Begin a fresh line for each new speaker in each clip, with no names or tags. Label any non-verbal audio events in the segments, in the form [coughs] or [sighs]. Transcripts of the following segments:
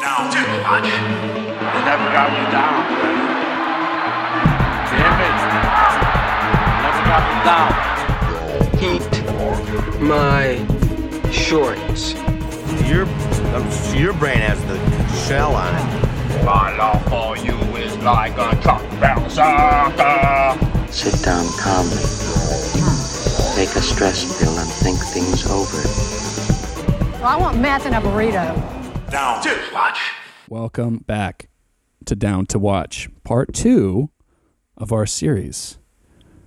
down too much. They never got me down. Damn it. Never got me down.
Heat my shorts.
Your um, your brain has the shell on it.
My love for you is like a truck bound sucker.
Sit down calmly. Take a stress pill and think things over.
Well, I want meth and a burrito.
Down too much.
Welcome back to Down to Watch, part two of our series.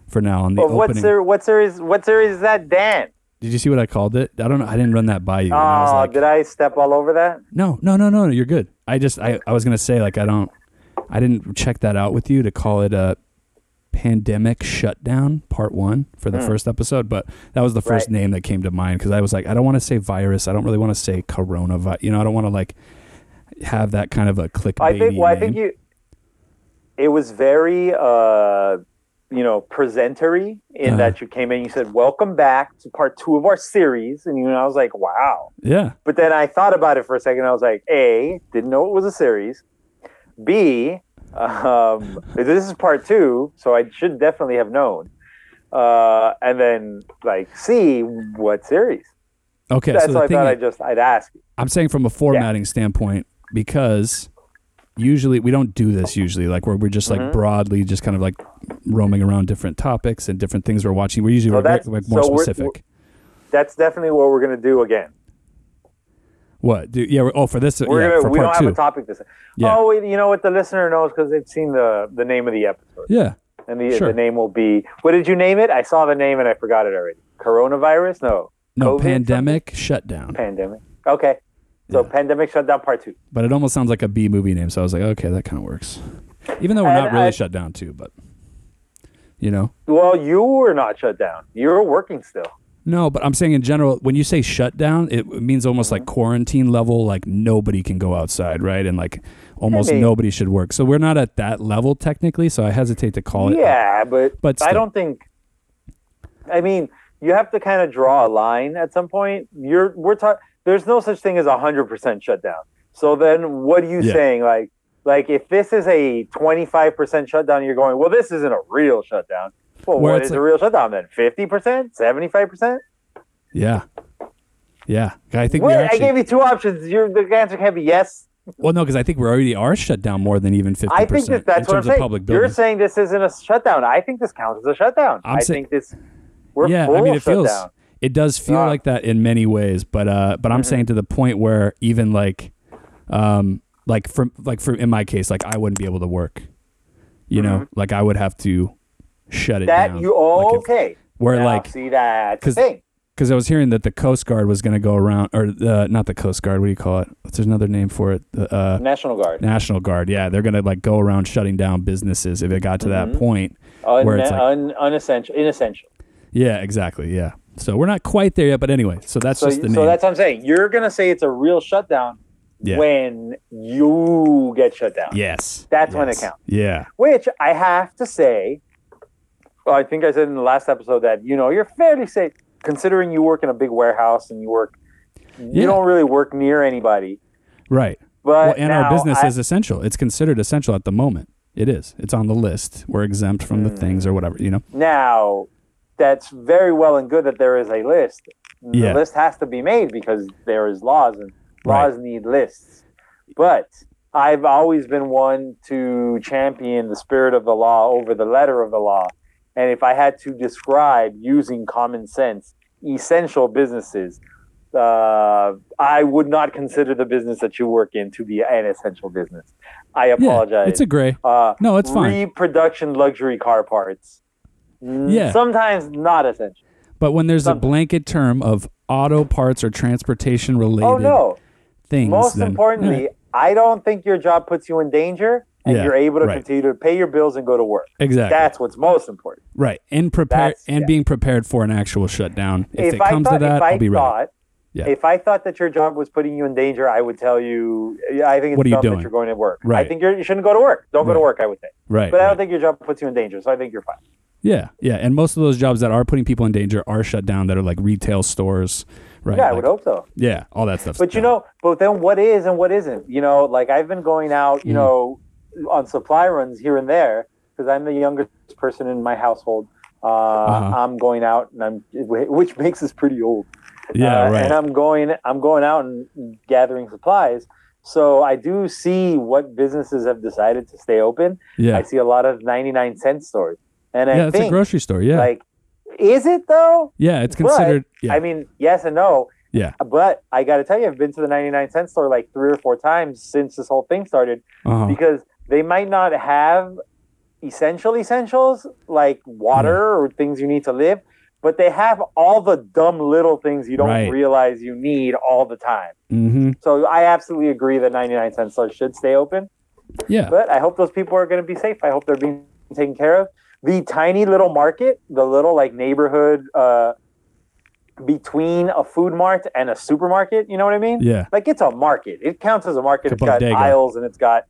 For now, on the
But what,
opening,
ser- what series? What series is that, Dan?
did you see what I called it? I don't know. I didn't run that by you. and I was
Oh,
like,
did I step all over that?
no, no, no, no, no. You're good. I just, I, I was gonna say like I don't, I didn't check that out with you to call it a pandemic shutdown part one for the first episode, but that was the first
Hmm. Right.
name that came to mind because I was like, I don't want to say virus. I don't really want to say coronavirus. You know, I don't want to like have that kind of a clickbait.
I think. Well, I think you. It was very, uh, you know, presentery in
Uh-huh.
that you came in. You said, "Welcome back to part two of our series," and you know, I was like, "Wow."
Yeah.
But then I thought about it for a second. I was like, A, didn't know it was a series. B, um, this is part two, so I should definitely have known. Uh, and then like C, what series?
Okay.
That's
so the
what I
thing
thought.
is-
I just I'd ask.
I'm saying from a formatting standpoint because usually we don't do this usually like where we're just
Mm-hmm.
like broadly just kind of like roaming around different topics and different things we're watching. We're usually
Well,
we're,
that's-
like more
so we're-
specific.
That's definitely what we're gonna do again.
what? Do, yeah. we're- Oh, for this.
We're
yeah,
gonna
for
we don't
part
have
two.
a topic this.
Yeah.
Oh, you know what? The listener knows because they've seen the the name of the episode,
Yeah.
and the
Sure.
the name will be. What did you name it? I saw the name and I forgot it already. Coronavirus? No.
No
COVID?
pandemic shutdown.
Pandemic. Okay. So pandemic shutdown part two.
But it almost sounds like a B movie name, so I was like, okay, that kind of works. Even though we're
And
not really
I-
shut down too, but you know.
Well, you were not shut down. You were working still.
No, but I'm saying in general, when you say shutdown, it means almost
Mm-hmm.
like quarantine level, like nobody can go outside, right? And like almost
Maybe.
nobody should work. So we're not at that level technically, so I hesitate to call it.
yeah, but
But
I
still.
don't think. I mean, you have to kind of draw a line at some point. You're we're talking. There's no such thing as a hundred percent shutdown. So then, what are you
Yeah.
saying? Like, like if this is a twenty five percent shutdown, you're going, well, this isn't a real shutdown. Well,
Where
what
it's
is
like-
a real shutdown then? Fifty percent, seventy five percent?
Yeah. Yeah. I think
What?
we're
I
actually,
gave you two options. Your the answer can't be yes.
well, no, because I think we already are shut down more than even 50%
I think that
in
that's what I'm
terms of
saying.
public
You're
buildings.
saying this isn't a shutdown. I think this counts as a shutdown.
I'm
I
say-
think this. We're
yeah,
full
I mean,
of
it feels
shutdown.
it does feel
Ah.
like that in many ways, but uh, but I'm
Mm-hmm.
saying to the point where even like, um, like for like for in my case, like I wouldn't be able to work, you know, like I would have to shut it
Mm-hmm. That
down.
you oh,
Like, if-
okay?
Where
Now,
like
see that
'cause-
thing?
because I was hearing that the Coast Guard was going to go around, or uh, not the Coast Guard. What do you call it? There's another name for it. The uh,
National Guard.
National Guard. Yeah, they're going to like go around shutting down businesses if it got to
Mm-hmm.
that point.
Un-
where it's like-
un- unessential, inessential.
Yeah, exactly. Yeah. So we're not quite there yet, but anyway. So that's
So,
just the
so
name.
that's what I'm saying. You're gonna say it's a real shutdown
yeah.
when you get shut down.
Yes.
That's when it
Yes.
counts.
Yeah.
Which I have to say, well, I think I said in the last episode that you know you're fairly safe considering you work in a big warehouse and you work.
Yeah.
You don't really work near anybody.
Right.
But
well, and our
now
business
I-
is essential. It's considered essential at the moment. It is. It's on the list. We're exempt from
Hmm.
the things or whatever, you know?
Now, that's very well and good that there is a list. The
Yeah.
list has to be made because there is laws and
Right.
laws need lists. But I've always been one to champion the spirit of the law over the letter of the law. And if I had to describe using common sense essential businesses, uh, I would not consider the business that you work in to be an essential business. I
Yeah.
apologize.
It's a gray.
Uh,
No, it's fine.
Reproduction luxury car parts. Mm,
Yeah.
Sometimes not essential.
But when there's a
sometimes.
blanket term of auto parts or transportation related
Oh no.
things,
Most
then,
importantly,
Yeah,
I don't think your job puts you in danger and
Yeah,
you're able to
right.
continue to pay your bills and go to work.
exactly.
That's what's most important.
right. And prepare
that's-
and
yeah.
being prepared for an actual shutdown. If, it
I
comes
thought,
to that,
if I
I'll be ready.
thought,
Yeah.
If I thought that your job was putting you in danger, I would tell you, I think it's
What are you
dumb
doing?
that you're going to work.
Right.
I think you're, you shouldn't go to work. Don't go to
Right.
work, I would say.
Right.
But I
right.
don't think your job puts you in danger, so I think you're fine.
Yeah, yeah, and most of those jobs that are putting people in danger are shut down. That are like retail stores, right?
yeah, I
Like,
would hope so.
yeah, all that stuff.
But you know, but then what is and what isn't? You know, like I've been going out, you
Mhm.
know, on supply runs here and there because I'm the youngest person in my household. Uh,
Uh-huh.
I'm going out and I'm, which makes us pretty old.
yeah,
Uh,
right.
And I'm going, I'm going out and gathering supplies. So I do see what businesses have decided to stay open.
yeah,
I see a lot of 99 cent stores, and
yeah.
I
It's a
think
grocery store. Yeah,
like, is it though?
yeah. It's
but,
considered. yeah,
I mean, yes and no.
Yeah.
But I got to tell you, I've been to the 99 cent store like three or four times since this whole thing started
uh-huh.
because they might not have essential essentials like water
Mm.
or things you need to live, but they have all the dumb little things you don't
Right.
realize you need all the time.
hmm
So I absolutely agree that 99 cent stores should stay open,
yeah,
but I hope those people are going to be safe. I hope they're being taken care of. The tiny little market, the little like neighborhood uh, between a food mart and a supermarket, you know what I mean?
yeah.
like it's a market. It counts as a market.
It's
It's
a
got
bodega.
aisles and it's got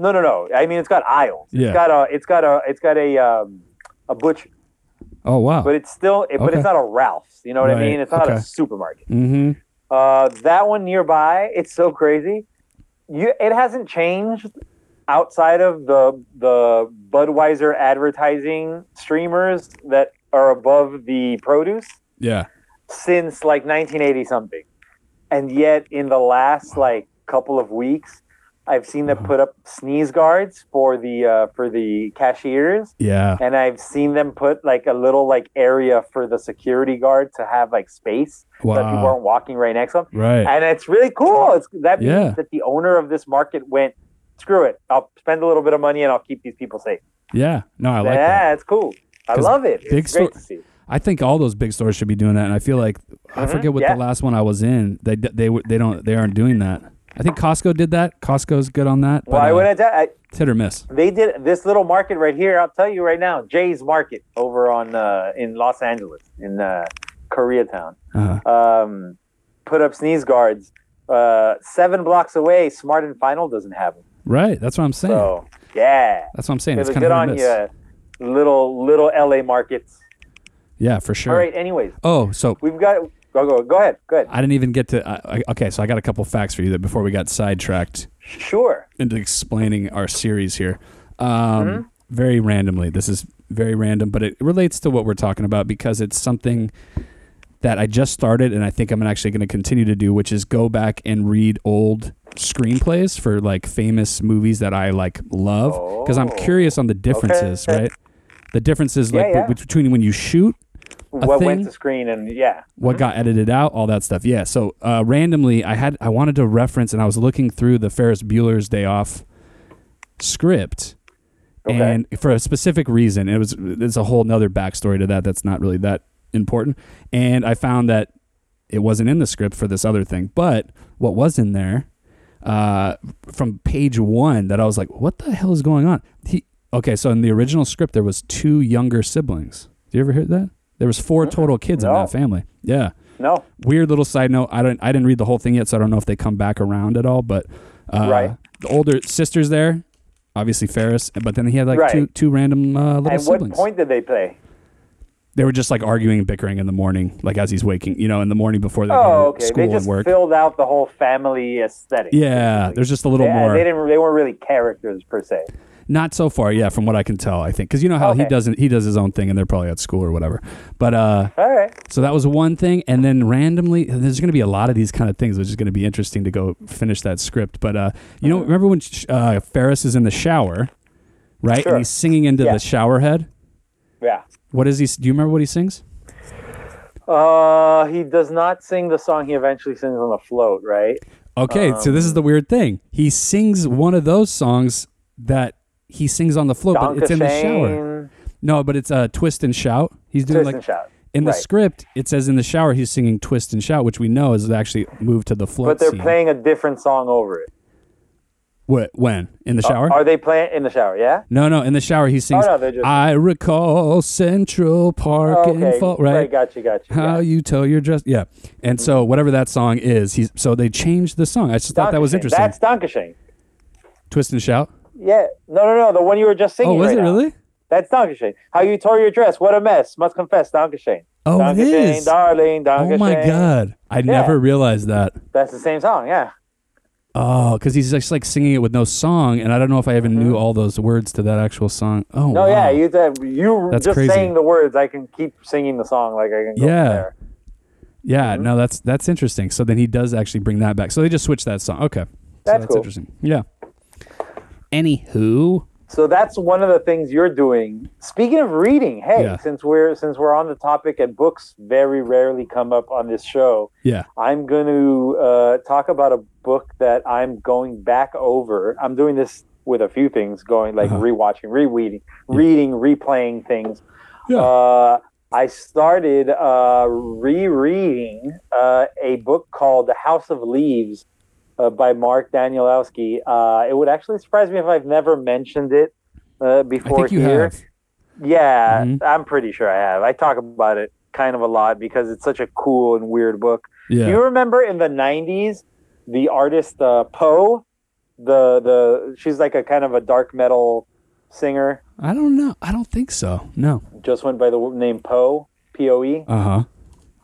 no, no, no. I mean, it's got aisles.
Yeah.
It's got a, it's got a, it's got a, um, a butcher,
Oh wow.
but it's still, it, but
Okay.
it's not a Ralph's. You know what I
Right,
mean? It's not
okay.
a supermarket.
hmm
Uh, that one nearby, it's so crazy. You, it hasn't changed outside of the the Budweiser advertising streamers that are above the produce
Yeah.
since like 1980 something. And yet, in the last like couple of weeks, I've seen them put up sneeze guards for the uh, for the cashiers,
Yeah.
and I've seen them put like a little like area for the security guard to have like space so that people
Wow.
aren't walking right next to them. [laughs]
Right.
And it's really cool. It's that means
Yeah.
that the owner of this market went, screw it, I'll spend a little bit of money and I'll keep these people safe.
Yeah. No, I
yeah,
like that.
it's cool. I
'Cause
love it.
big
It's great
stor-
to see.
I think all those big stores should be doing that, and I feel like I
Mhm,
forget what
yeah.
the last one I was in. They d- they were- they don't they aren't doing that. I think Costco did that. Costco's good on that.
Why
uh,
would I tell? I,
it's hit or miss.
they did this little market right here. I'll tell you right now, Jay's Market over on uh, in Los Angeles in uh, Koreatown.
Uh-huh.
Um, put up sneeze guards. Uh, seven blocks away, Smart and Final doesn't have them.
Right. That's what I'm saying.
So yeah,
That's what I'm saying.
it
It's
was
kind
good
of hit or
on
miss.
you, little little LA markets.
Yeah, for sure.
All right. Anyways,
Oh, so
we've got go go go ahead. Go ahead.
I didn't even get to. I, I, okay, so I got a couple facts for you that before we got sidetracked
Sure.
into explaining our series here. Um,
Mm-hmm.
Very randomly, this is very random, but it relates to what we're talking about because it's something that I just started, and I think I'm actually going to continue to do, which is go back and read old screenplays for like famous movies that I like love because I'm
Oh.
curious on the differences,
Okay.
right? The differences
Yeah,
like
yeah.
be- between when you shoot
What
thing?
went to screen and yeah.
what got edited out, all that stuff. Yeah. So uh, randomly, I had I wanted to reference, and I was looking through the Ferris Bueller's Day Off script,
Okay.
and for a specific reason, it was there's a whole nother backstory to that that's not really that important. And I found that it wasn't in the script for this other thing, but what was in there uh, from page one that I was like, what the hell is going on? He okay, so in the original script there was two younger siblings. Do you ever hear that? There was four total kids in
No.
that family. Yeah
No.
weird little side note. I don't. I didn't read the whole thing yet, so I don't know if they come back around at all. But uh,
Right.
the older sisters there, obviously Ferris, but then he had like
Right.
two two random uh,
And
little
what
siblings.
point did they play?
They were just like arguing and bickering in the morning, like as he's waking, you know, in the morning before they go
Oh,
to
okay.
school
they just
and work.
filled out the whole family aesthetic.
yeah, there's just a little
Yeah,
more.
They didn't. They weren't really characters per se.
Not so far, yeah, from what I can tell, I think, because you know how he
Okay.
doesn't. He does his own thing, and they're probably at school or whatever. But uh,
All right.
So that was one thing, and then randomly, there's going to be a lot of these kind of things, which is going to be interesting to go finish that script. But uh, you
Mm-hmm.
know, remember when sh- uh, Ferris is in the shower, right?
Sure.
And he's singing into
Yeah.
the shower head.
Yeah.
What is he? s- Do you remember what he sings?
Uh, he does not sing the song he eventually sings on the float, right?
Okay, so
Um.
this is the weird thing. He sings one of those songs that he sings on the float, but
Donka
it's in the
Shane,
shower. No, but it's a uh, twist and shout. He's doing
Twist
like
and shout.
in the
Right.
script. It says in the shower he's singing twist and shout, which we know is actually moved to the float.
But they're
scene.
playing a different song over it.
Wh- when in the shower?
Uh, Are they playing in the shower? Yeah.
No, no. In the shower, he sings.
no, they're just-
I recall Central Park
okay.
and fall, right?
Gotcha. Gotcha.
How
yeah. Mm-hmm.
you tell your dress, yeah. And so whatever that song is, he's so they changed the song. I just thought that was
Donka Shane.
interesting.
That's Donka Shane.
Twist and shout.
Yeah. No, no, no. The one you were just singing.
Oh, was
right
it
now.
really?
That's Donka Shane. How you tore your dress? What a mess. Must confess, Donka Shane.
Oh, it
Dankeschön,
is.
darling.
Oh my
Dankeschön.
god, I never realized that.
That's the same song. Yeah.
Oh, because he's just like singing it with no song, and I don't know if I even knew all those words to that actual song. Oh,
Mm-hmm. No,
wow.
yeah. You said- you
That's
just
crazy.
saying the words. I can keep singing the song. Like I can. Go
Yeah.
There.
Yeah, no, that's that's interesting. So then he does actually bring that back. So they just switched that song. Okay, So
That's cool.
interesting. Yeah. Anywho,
So that's one of the things you're doing. Speaking of reading, hey,
Yeah.
since we're since we're on the topic and books very rarely come up on this show,
yeah,
I'm going to uh, talk about a book that I'm going back over. I'm doing this with a few things, going like
Uh-huh.
rewatching, rereading, reading, replaying things.
Yeah.
Uh, I started uh, rereading uh, a book called The House of Leaves uh, by Mark Danielowski. Uh, it would actually surprise me if I've never mentioned it uh,
I
before
think you
here.
have.
Yeah,
Mhm.
I'm pretty sure I have. I talk about it kind of a lot because it's such a cool and weird book. Do you
Yeah,
remember in the '90s the artist uh, Poe? The the she's like a kind of a dark metal singer.
I don't know. I don't think so. No.
Just went by the w- name Poe. P O E.
Uh huh.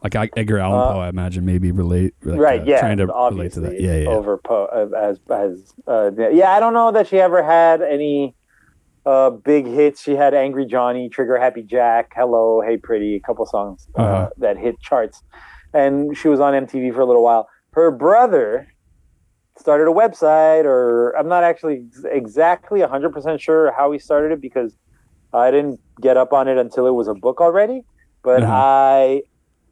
Like I, Edgar Allan
Uh,
Poe, I imagine maybe relate. Like,
Right.
uh,
yeah.
Trying to relate to
obviously
that. Yeah, yeah.
Over Poe uh, as as uh, yeah. I don't know that she ever had any uh, big hits. She had Angry Johnny, Trigger Happy Jack, Hello, Hey Pretty, a couple songs uh,
Uh-huh.
that hit charts, and she was on MTV for a little while. Her brother started a website, or I'm not actually ex- exactly 100% sure how he started it because I didn't get up on it until it was a book already. But
Uh-huh.
I,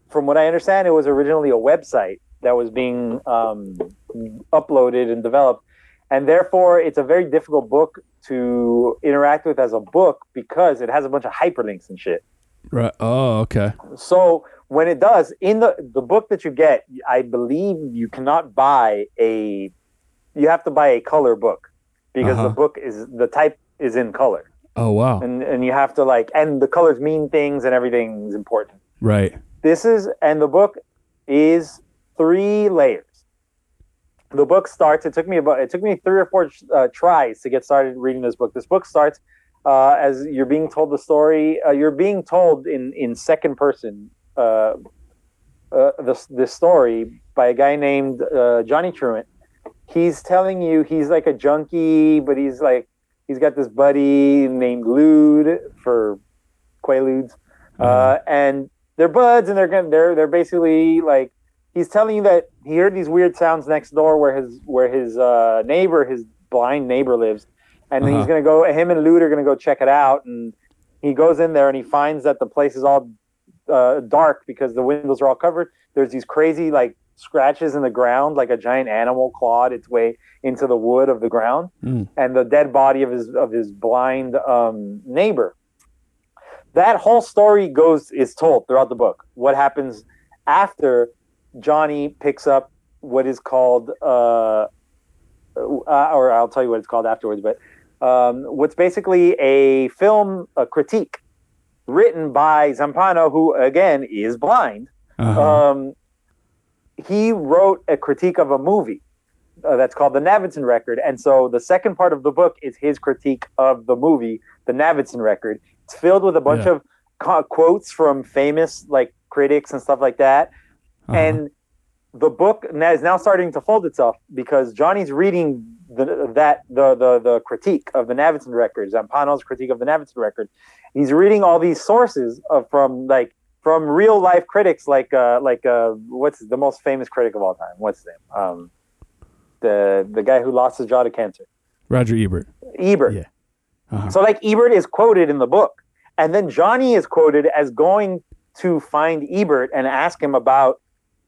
from what I understand, it was originally a website that was being um, uploaded and developed. And therefore, it's a very difficult book to interact with as a book because it has a bunch of hyperlinks and shit.
Right. Oh, okay.
So when it does in the the book that you get, I believe you cannot buy a you have to buy a color book because
Uh-huh.
the book is the type is in color
Oh, wow.
and and you have to like and the colors mean things and everything is important.
Right.
This is and the book is three layers. The book starts. It took me about. It took me three or four uh, tries to get started reading this book. This book starts uh, as you're being told the story. Uh, you're being told in in second person uh, uh, the the story by a guy named uh, Johnny Truant. He's telling you he's like a junkie, but he's like he's got this buddy named Lude for Quaaludes, uh, and they're buds, and they're gonna they're they're basically like he's telling you that he heard these weird sounds next door where his where his uh, neighbor, his blind neighbor lives, and
Uh-huh.
he's gonna go. Him and Lude are gonna go check it out, and he goes in there and he finds that the place is all uh, dark because the windows are all covered. There's these crazy like scratches in the ground, like a giant animal clawed its way into the wood of the ground,
Mm.
and the dead body of his of his blind um, neighbor. That whole story goes is told throughout the book. What happens after Johnny picks up what is called, uh, uh, or I'll tell you what it's called afterwards, but um, what's basically a film a critique written by Zampano, who again is blind.
Uh-huh.
Um, he wrote a critique of a movie uh, that's called The Navidson Record. And so the second part of the book is his critique of the movie, The Navidson Record. It's filled with a bunch
Yeah.
of co- quotes from famous like critics and stuff like that
Uh-huh.
and the book na- is now starting to fold itself because Johnny's reading the, that the, the the critique of the Navidson records, Zampano's critique of the Navidson record. He's reading all these sources of, from like from real life critics, like uh, like uh, what's the most famous critic of all time? What's his name? Um, the the guy who lost his jaw to cancer,
Roger Ebert.
Ebert.
Yeah. Uh-huh.
So like Ebert is quoted in the book, and then Johnny is quoted as going to find Ebert and ask him about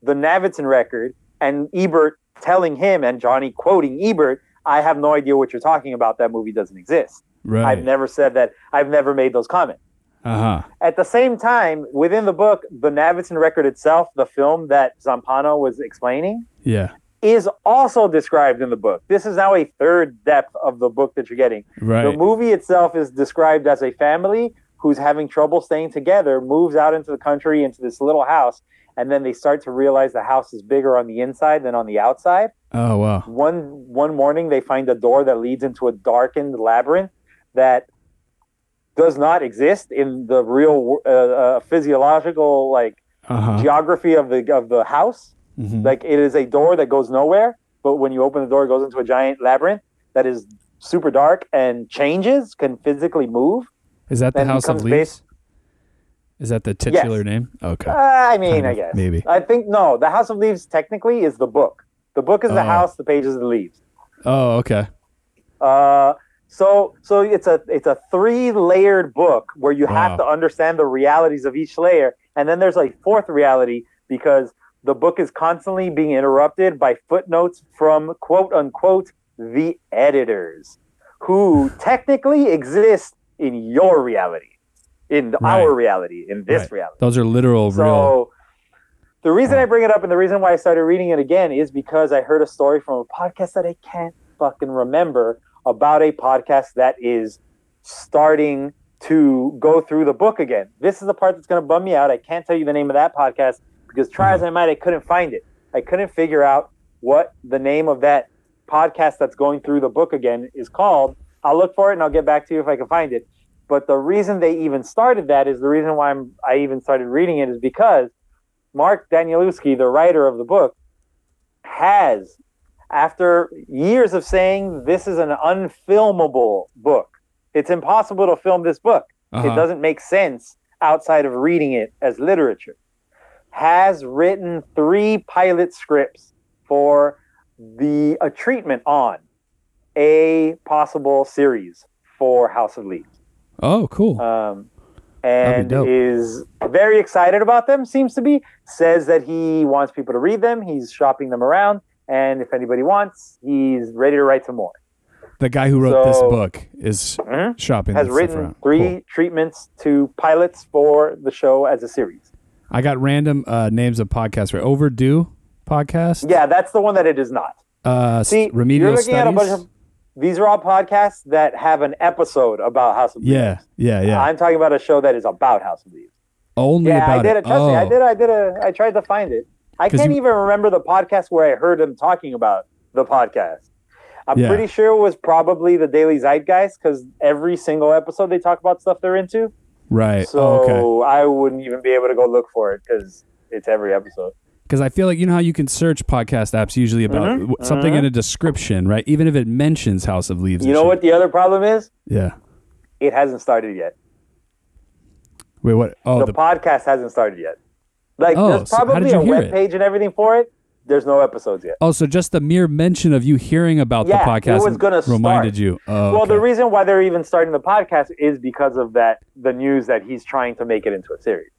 the Navidson record, and Ebert telling him and Johnny quoting Ebert, "I have no idea what you're talking about. That movie doesn't exist.
Right.
I've never said that. I've never made those comments."
uh huh.
At the same time, within the book, the Navidson record itself, the film that Zampano was explaining,
Yeah.
is also described in the book. This is now a third depth of the book that you're getting. The
Right.
movie itself is described as a family who's having trouble staying together, moves out into the country into this little house, and then they start to realize the house is bigger on the inside than on the outside.
Oh wow.
One one morning they find a door that leads into a darkened labyrinth that does not exist in the real wor- uh, uh, physiological like
Uh huh.
geography of the of the house.
Mm-hmm.
Like it is a door that goes nowhere, but when you open the door, it goes into a giant labyrinth that is super dark and changes, can physically move.
Is that the
and
House of
becomes
Leaves?
bas-
Is that the titular name? Okay.
Uh, I mean,
Kind
I
of,
guess
maybe.
I think no. The House of Leaves technically is the book. The book is the
Oh.
house. The pages are the leaves.
oh, okay.
Uh, so so it's a it's a three layered book where you
Wow.
have to understand the realities of each layer, and then there's a fourth reality because the book is constantly being interrupted by footnotes from quote unquote the editors, who technically exist in your reality, in
Right.
our reality, in this
Right.
reality.
Those are literal, real. Oh.
So the reason I bring it up and the reason why I started reading it again is because I heard a story from a podcast that I can't fucking remember about a podcast that is starting to go through the book again. This is the part that's going to bum me out. I can't tell you the name of that podcast because try
Mm-hmm.
as I might, I couldn't find it. I couldn't figure out what the name of that podcast that's going through the book again is called. I'll look for it and I'll get back to you if I can find it. But the reason they even started that is the reason why I'm, I even started reading it is because Mark Danielewski, the writer of the book, has, after years of saying this is an unfilmable book, it's impossible to film this book. It
Uh-huh.
doesn't make sense outside of reading it as literature. Has written three pilot scripts for the a treatment on a possible series for House of Leaves
Oh, cool.
um,
That'd
and
be dope.
is very excited about them. Seems to be says that he wants people to read them. He's shopping them around, and if anybody wants, he's ready to write some more.
the guy who wrote this
so-
book is
Mhm.
shopping.
Has
this stuff
written
around. Cool.
three treatments to pilots for the show as a series.
I got random uh, names of podcasts. Right, overdue podcast.
Yeah, that's the one that it is not.
Uh, s-
See, you're
remedial
looking
studies.
at a bunch of. These are all podcasts that have an episode about House of Leaves.
yeah, yeah, yeah.
I'm talking about a show that is about House of Leaves.
Only
Yeah,
about
I did
it.
it. Trust
oh.
me, I did. I did. A, I tried to find it. I
'Cause
can't
you-
even remember the podcast where I heard them talking about the podcast. I'm
Yeah.
pretty sure it was probably the Daily Zeitgeist because every single episode they talk about stuff they're into.
Right.
So
oh, okay.
I wouldn't even be able to go look for it because it's every episode.
because I feel like you know how you can search podcast apps usually about
Mm-hmm.
w- something in a description, right? Even if it mentions House of Leaves.
You
and
know
shit.
what the other problem is?
Yeah.
It hasn't started yet.
Wait, what? Oh,
the,
the,
podcast hasn't started yet. Like
Oh,
there's
so how did
probably
you
a
hear
web
it?
page and everything for it. There's no episodes yet.
oh, so just the mere mention of you hearing about
Yeah,
the podcast
it was gonna
reminded
start.
you. Oh,
Well, the
okay.
reason why they're even starting the podcast is because of that the news that he's trying to make it into a series.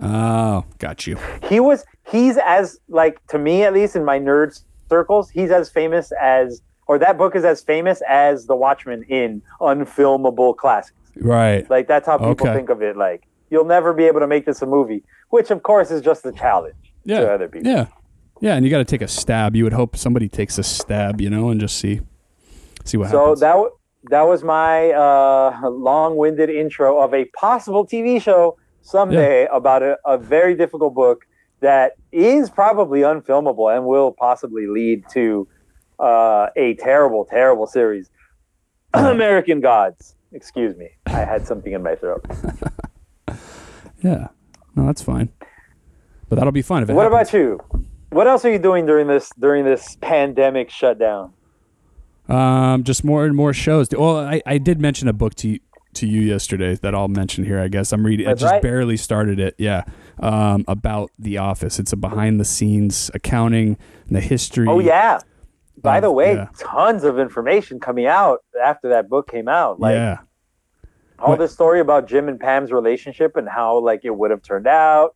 oh, got you.
He was he's as like to me at least in my nerd circles, he's as famous as or that book is as famous as The Watchmen in unfilmable classics.
Right.
Like that's how people
Okay.
think of it. Like you'll never be able to make this a movie, which of course is just a challenge
Yeah.
to other people.
Yeah. Yeah, and you got to take a stab. You would hope somebody takes a stab, you know, and just see see what
So
happens.
that w- that was my uh, [laughs] long-winded intro of a possible TV show someday about a, a very difficult book that is probably unfilmable and will possibly lead to uh, a terrible, terrible series. [clears throat] American Gods. Excuse me, I had something in my throat.
yeah. No, that's fine. But that'll be fun if it
What
happens.
about you? What else are you doing during this during this pandemic shutdown?
Um, just more and more shows. Well, I, I did mention a book to you, to you yesterday that I'll mention here. I guess I'm reading.
That's
I just
right.
barely started it. Yeah. Um, about The Office. It's a behind the scenes accounting and the history.
Oh yeah. By
of-
the way,
yeah.
tons of information coming out after that book came out. Like
yeah.
all
What-
this story about Jim and Pam's relationship and how like it would have turned out.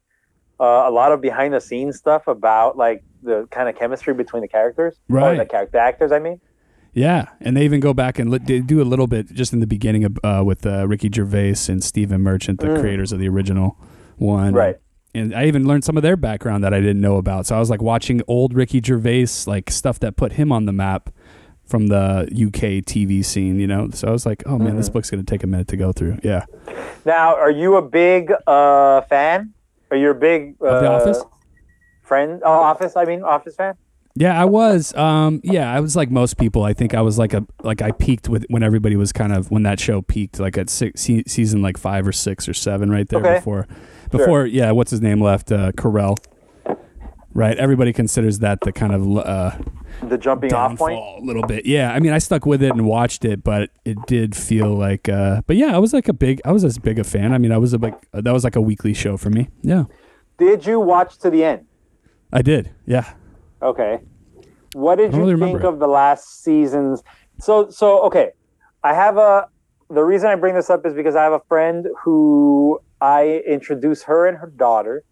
Uh, a lot of behind the scenes stuff about like the kind of chemistry between the characters, Or
Right.
the character actors, I mean.
Yeah, and they even go back and li- they do a little bit just in the beginning of, uh, with uh, Ricky Gervais and Stephen Merchant, the creators of the original one.
Mm. Right.
And I even learned some of their background that I didn't know about. So I was like watching old Ricky Gervais, like stuff that put him on the map from the UK TV scene, you know? So I was like, oh man,
Mm-hmm.
this book's going to take a minute to go through. Yeah.
Now, are you a big uh, fan? Are you a big uh,
Of The Office?
friend? Oh, Office, I mean, Office fan.
Yeah, I was. Um, yeah, I was like most people. I think I was like a like I peaked with when everybody was kind of when that show peaked, like at six, se- season like five or six or seven, right there
Okay.
before before yeah, what's his name left? Uh, Carell. Right, everybody considers that the kind of uh,
The jumping off point.
downfall a little bit. Yeah, I mean, I stuck with it and watched it, but it did feel like. Uh, but yeah, I was like a big. I was as big a fan. I mean, I was a big. That was like a weekly show for me. Yeah,
Did you watch to the end?
I did. Yeah,
Okay. What did you
don't really remember
think
it.
of the last seasons? So so okay. I have a the reason I bring this up is because I have a friend who I introduced her and her daughter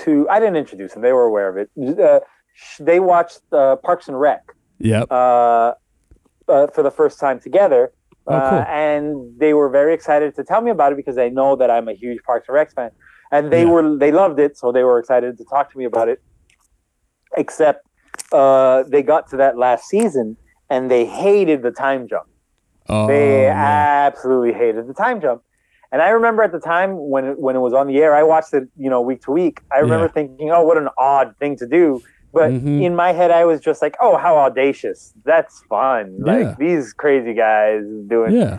to I didn't introduce them, they were aware of it. Uh, sh- they watched uh, Parks and Rec
yep.
uh, uh, for the first time together.
Oh, cool.
Uh, and they were very excited to tell me about it because they know that I'm a huge Parks and Rec fan, and they
Yeah.
were they loved it, so they were excited to talk to me about it. Except uh, they got to that last season and they hated the time jump.
oh,
They
yeah.
absolutely hated the time jump. And I remember at the time when it, when it was on the air, I watched it, you know, week to week. I remember
Yeah.
thinking, "Oh, what an odd thing to do." But
Mhm.
in my head, I was just like, "Oh, how audacious! That's fun!
Yeah.
Like these crazy guys doing."
yeah.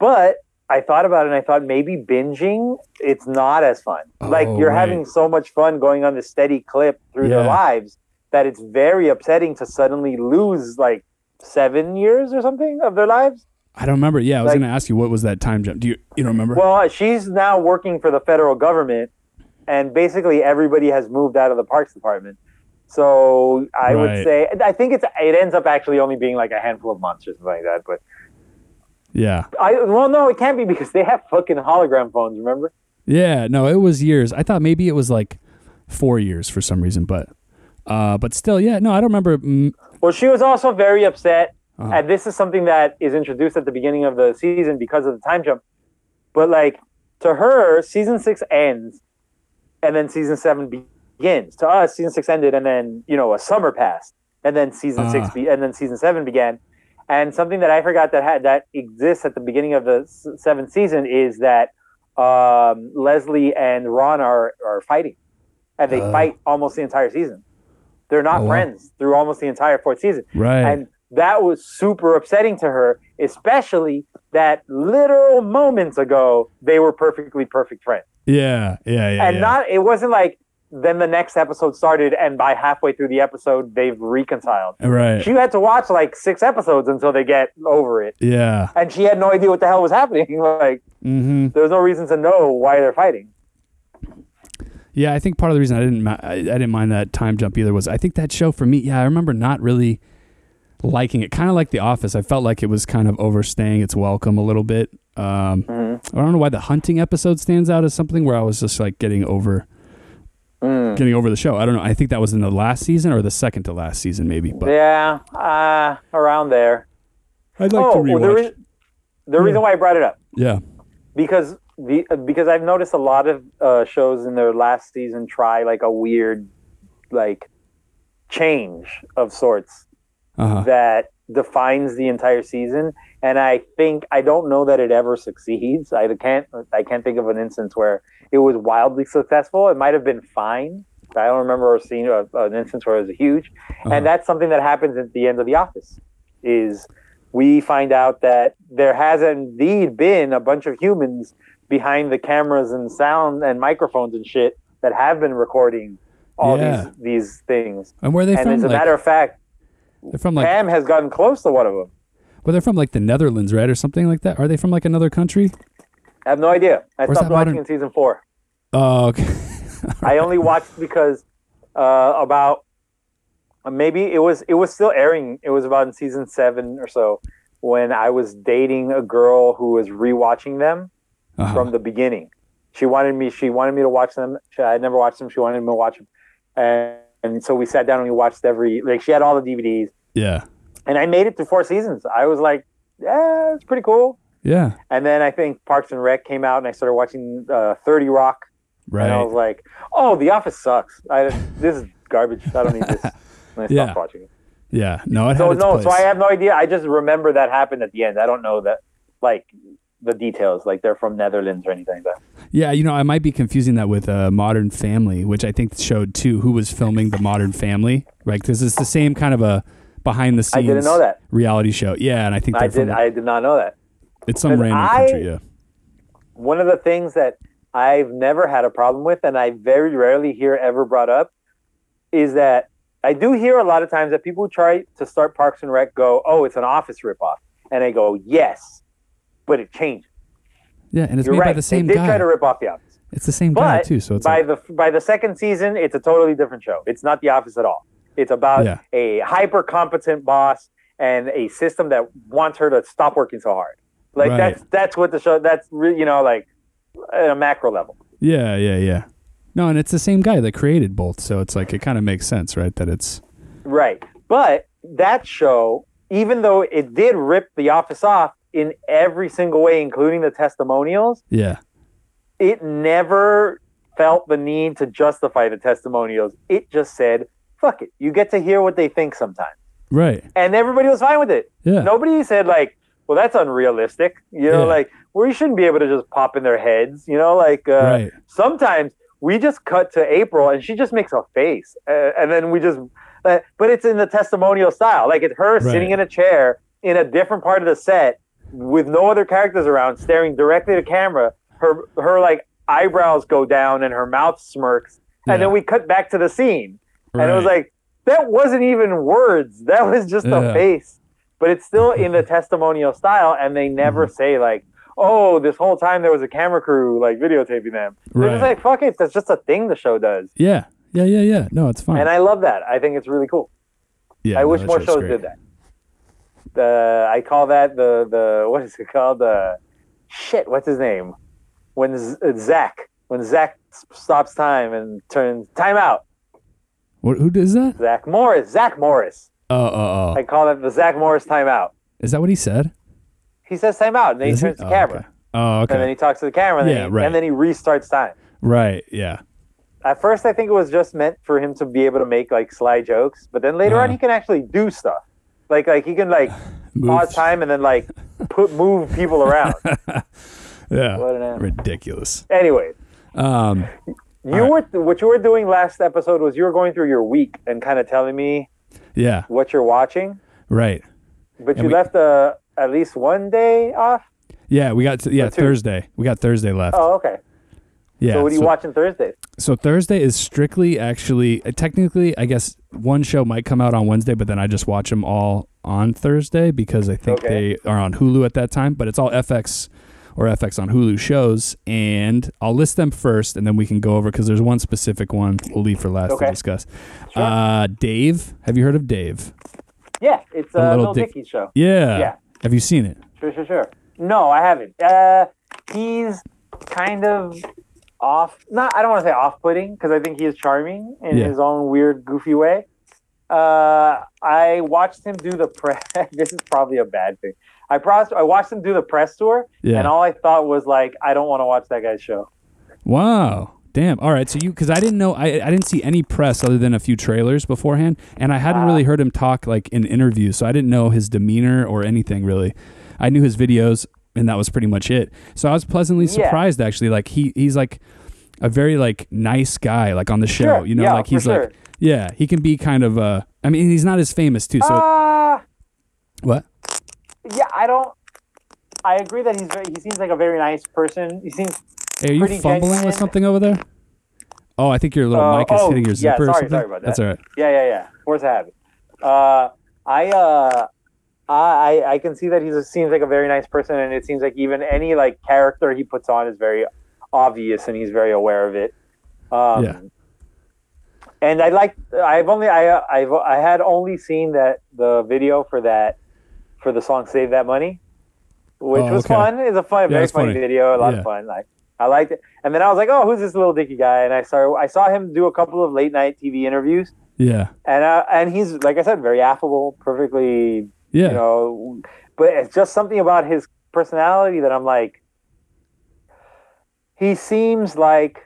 But I thought about it, and I thought maybe binging it's not as fun. like
Oh,
you're
right.
having so much fun going on this steady clip through their
Yeah.
lives that it's very upsetting to suddenly lose like seven years or something of their lives.
I don't remember. Yeah, I was
Like-
gonna ask you what was that time jump. Do you you don't remember?
Well, uh, she's now working for the federal government, and basically everybody has moved out of the parks department. So I
Right.
would say I think it's it ends up actually only being like a handful of months or something like that. But
yeah,
I well no, it can't be because they have fucking hologram phones. Remember?
yeah. No, it was years. I thought maybe it was like four years for some reason, but uh, but still, yeah. No, I don't remember. Mm,
Well, she was also very upset,
Uh-huh.
and this is something that is introduced at the beginning of the season because of the time jump. But like to her, season six ends, and then season seven be- begins. To us, season six ended, and then you know a summer passed, and then season six
Ah.
be- and then season seven began. And something that I forgot that had that exists at the beginning of the s- seventh season is that um, Leslie and Ron are are fighting, and they
Oh.
fight almost the entire season. They're not
Oh, wow.
friends through almost the entire fourth season
right.
and that was super upsetting to her, especially that literal moments ago they were perfectly perfect friends,
yeah, yeah, yeah.
and
yeah.
not it wasn't like then the next episode started and by halfway through the episode they've reconciled.
right.
She had to watch like six episodes until they get over it,
yeah.
and she had no idea what the hell was happening. [laughs] like
Mm-hmm.
there was no reason to know why they're fighting.
Yeah, I think part of the reason I didn't ma- I, I didn't mind that time jump either was I think that show for me. Yeah, I remember not really liking it. Kind of like The Office, I felt like it was kind of overstaying its welcome a little bit. Um,
Mm.
I don't know why the hunting episode stands out as something where I was just like getting over
Mm.
getting over the show. I don't know. I think that was in the last season or the second to last season, maybe. But
Yeah, uh, around there.
I'd like to
oh,
rewatch.
the, re- the reason why I brought it up.
yeah.
because the because I've noticed a lot of uh, shows in their last season try like a weird like change of sorts
Uh-huh.
that defines the entire season and I think I don't know that it ever succeeds. I can't I can't think of an instance where it was wildly successful. It might have been fine. but I don't remember seeing a, an instance where it was huge.
Uh-huh.
And that's something that happens at the end of The Office is we find out that there has indeed been a bunch of humans behind the cameras and sound and microphones and shit that have been recording all
Yeah.
these these things.
And where are they
and
from?
as a
Like,
matter of fact,
they're from like
Pam has gotten close to one of them.
well, they're from like the Netherlands, right, or something like that. Are they from like another country?
I have no idea. I
Where's
stopped
that
watching
modern-
in season four.
Oh, okay. [laughs]
I only watched because uh, about uh, maybe it was it was still airing. It was about in season seven or so when I was dating a girl who was rewatching them
Uh-huh.
from the beginning. She wanted me. She wanted me to watch them. She, I had never watched them. She wanted me to watch them, and, and so we sat down and we watched every. Like she had all the DVDs,
yeah.
and I made it through four seasons. I was like, yeah, it's pretty cool.
Yeah.
And then I think Parks and Rec came out, and I started watching uh, Thirty Rock. And I
Right.
was like, "Oh, The Office sucks. I, this is garbage. I don't need
[laughs]
this." And I stopped
Yeah.
watching it.
Yeah. No, it
So
had its
no,
place.
so I have no idea. I just remember that happened at the end. I don't know that, like, the details. Like they're from Netherlands or anything. But
Yeah, you know, I might be confusing that with uh, Modern Family, which I think showed too who was filming the Modern Family. Right, because it's the same kind of a behind the
I
scenes.
didn't know that.
reality show. Yeah, and I think
I
they're
did.
from,
I did not know that.
it's some
'cause
random
I-
country. Yeah,
One of the things that I've never had a problem with, and I very rarely hear ever brought up, is that I do hear a lot of times that people who try to start Parks and Rec go, "Oh, it's an office ripoff," and I go, "Yes," but it changes.
yeah, and it's
You're
made by
right.
the same
they did try
guy.
to rip off the office.
it's the same guy
But
too. So it's
by
like,
the by the second season, it's a totally different show. It's not The Office at all. It's about
Yeah.
a hyper competent boss and a system that wants her to stop working so hard. Like
Right.
that's that's what the show. That's re- you know like at a macro level.
yeah, yeah, yeah. No, and it's the same guy that created both. So it's like it kind of makes sense, right? That it's
Right. But that show, even though it did rip The Office off in every single way, including the testimonials,
yeah,
it never felt the need to justify the testimonials. It just said, fuck it. You get to hear what they think sometimes.
right,
And everybody was fine with it.
yeah,
Nobody said, like, well, that's unrealistic. You know,
Yeah.
like, well, you shouldn't be able to just pop in their heads. You know, like, uh,
right,
sometimes we just cut to April and she just makes a face, uh, and then we just, uh, but it's in the testimonial style, like it's her sitting in a chair in a different part of the set with no other characters around, staring directly to camera. Her her like eyebrows go down and her mouth smirks, and then
Yeah.
we cut back to the scene,
right.
and it was like that wasn't even words, that was just
Yeah.
a face, but it's still in the testimonial style, and they never
Mm-hmm.
say like. Oh, this whole time there was a camera crew like videotaping them. They're just
Right.
like, fuck it, that's just a thing the show does.
yeah, yeah, yeah, yeah. No, it's fine.
And I love that. I think it's really cool.
yeah,
I
no,
wish
that
more
show's
shows
great.
did that. The I call that the the what is it called? The shit, what's his name? When Z- uh, Zach when Zach s- stops time and turns time out.
What? Who does that?
Zach Morris, Zach Morris.
Oh, oh, oh.
I call that the Zach Morris timeout.
Is that what he said?
He says time out and then
Is
he
it?
turns to
Oh,
camera.
okay. Oh,
And then
okay.
he talks to the camera and,
Yeah,
then he,
right.
and then he restarts time.
Right. Yeah.
At first, I think it was just meant for him to be able to make like sly jokes, but then later on,
Uh-huh.
he can actually do stuff. Like like he can like
[sighs] Move.
pause time and then like put move people
[laughs]
around.
Yeah.
What an ass.
Ridiculous.
Anyway,
Um.
you were what you were doing last episode was you were going through your week and kind of telling me
Yeah.
what you're watching,
Right.
but
And
you
we-
left uh, at least one day off.
Yeah. We got. To, yeah.
two.
Thursday. We got Thursday left.
Oh, okay.
yeah.
so what are you watching Thursday?
so Thursday is strictly actually uh, technically I guess one show might come out on Wednesday, but then I just watch them all on Thursday because I think
Okay.
they are on Hulu at that time. But it's all FX or FX on Hulu shows, and I'll list them first, and then we can go over because there's one specific one we'll leave for last
Okay.
to discuss. Uh, Dave, have you heard of Dave?
Yeah, it's
A
uh,
little
Bill
dick-
Dickey's show.
Yeah.
Yeah.
Have you seen it?
Sure, sure, sure. No, I haven't. Uh, he's kind of off. Not, I don't want to say off-putting because I think he is charming in
Yeah.
his own weird, goofy way. Uh, I watched him do the press. [laughs] this is probably a bad thing. I pros- I watched him do the press tour,
Yeah.
and all I thought was like, I don't want to watch that guy's show.
Wow. Damn. All right. So you, because I didn't know, I, I didn't see any press other than a few trailers beforehand, and I hadn't really heard him talk like in interviews, so I didn't know his demeanor or anything really. I knew his videos, and that was pretty much it. So I was pleasantly
Yeah.
surprised, actually. Like he, he's like a very like nice guy, like on the show.
Sure.
You know,
Yeah,
like
for
he's
sure.
like, yeah, he can be kind of. Uh, I mean, he's not as famous too. So
Uh,
what?
yeah, I don't. I agree that he's very. He seems like a very nice person. He seems.
Hey, are you
pretty
fumbling with
genuine.
something over there? Oh, I think your little
Uh,
mic is
oh,
hitting your
yeah,
zipper or
sorry,
something.
sorry about
That's
that.
all right.
Yeah, yeah, yeah. Force of habit. Uh, I, uh, I, I- I can see that he seems like a very nice person, and it seems like even any like character he puts on is very obvious, and he's very aware of it. Um,
Yeah.
And I like. I've only. I. uh, I've. I had only seen that the video for that, for the song "Save That Money," which
Oh,
was
okay.
fun. It's a fun,
Yeah,
very
it's
funny,
funny.
video. A lot
Yeah.
of fun. Like I liked it. And then I was like, "Oh, who's this little dicky guy?" And I saw. I saw him do a couple of late night TV interviews
Yeah.
and uh, and he's like I said, very affable, perfectly,
Yeah.
you know. But it's just something about his personality that I'm like, he seems like.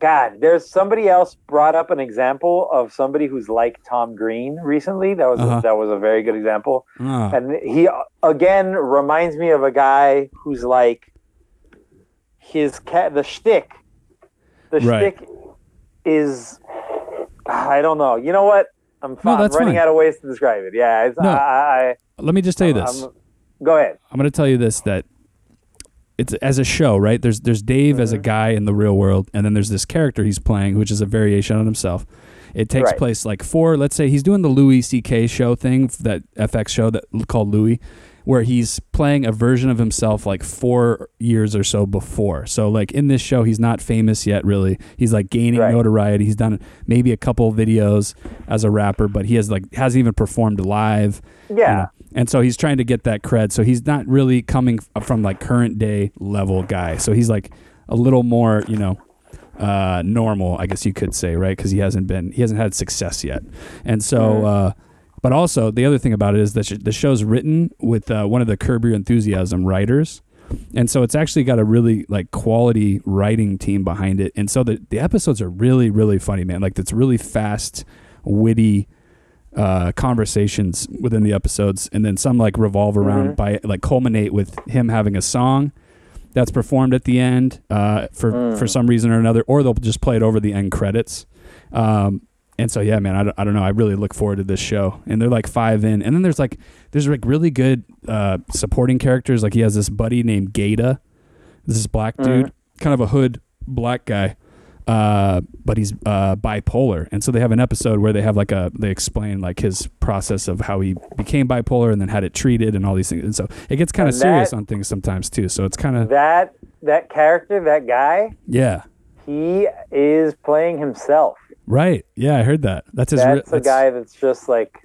God, there's somebody else brought up an example of somebody who's like Tom Green recently. That was
Uh-huh.
that was a very good example,
Ah.
and he uh, again reminds me of a guy who's like his cat the shtick. The
Right.
shtick is I don't know. You know what? I'm fine.
that's
running
fine.
out of ways to describe it. Yeah, it's,
No.
I, I, I
Let me just tell you this.
Uh, I'm- go ahead.
I'm going to tell you this that it's as a show, right? There's there's Dave as a
Mm-hmm.
guy in the real world, and then there's this character he's playing, which is a variation on himself. It takes
Right.
place like four. Let's say he's doing the Louis C.K. show thing, f- that FX show that called Louis, where he's playing a version of himself like four years or so before. So like in this show, he's not famous yet, really. He's like gaining
Right.
notoriety. He's done maybe a couple videos as a rapper, but he has like hasn't even performed live you
Yeah.
know. And so he's trying to get that cred. So he's not really coming f- from like current day level guy. So he's like a little more, you know, uh, normal, I guess you could say, right? Because he hasn't been, he hasn't had success yet. And so, uh, but also the other thing about it is that sh- the show's written with uh, one of the Curb Your Enthusiasm writers. And so it's actually got a really like quality writing team behind it. And so the, the episodes are really, really funny, man. Like it's really fast, witty, uh, conversations within the episodes, and then some like revolve around by like culminate with him having a song that's performed at the end uh, for
Hmm.
for some reason or another, or they'll just play it over the end credits. Um, and so yeah, man, I don't, I don't know. I really look forward to this show, and they're like five in, and then there's like there's like really good uh, supporting characters. Like he has this buddy named Gata, this is black
Hmm.
dude, kind of a hood black guy uh, but he's uh, bipolar, and so they have an episode where they have like a they explain like his process of how he became bipolar and then had it treated and all these things, and so it gets kind of
And
serious
that-
on things sometimes too. So it's kind of
That that character, that guy,
yeah,
he is playing himself.
right, yeah. I heard that. That's his. re-
That's a guy that's just like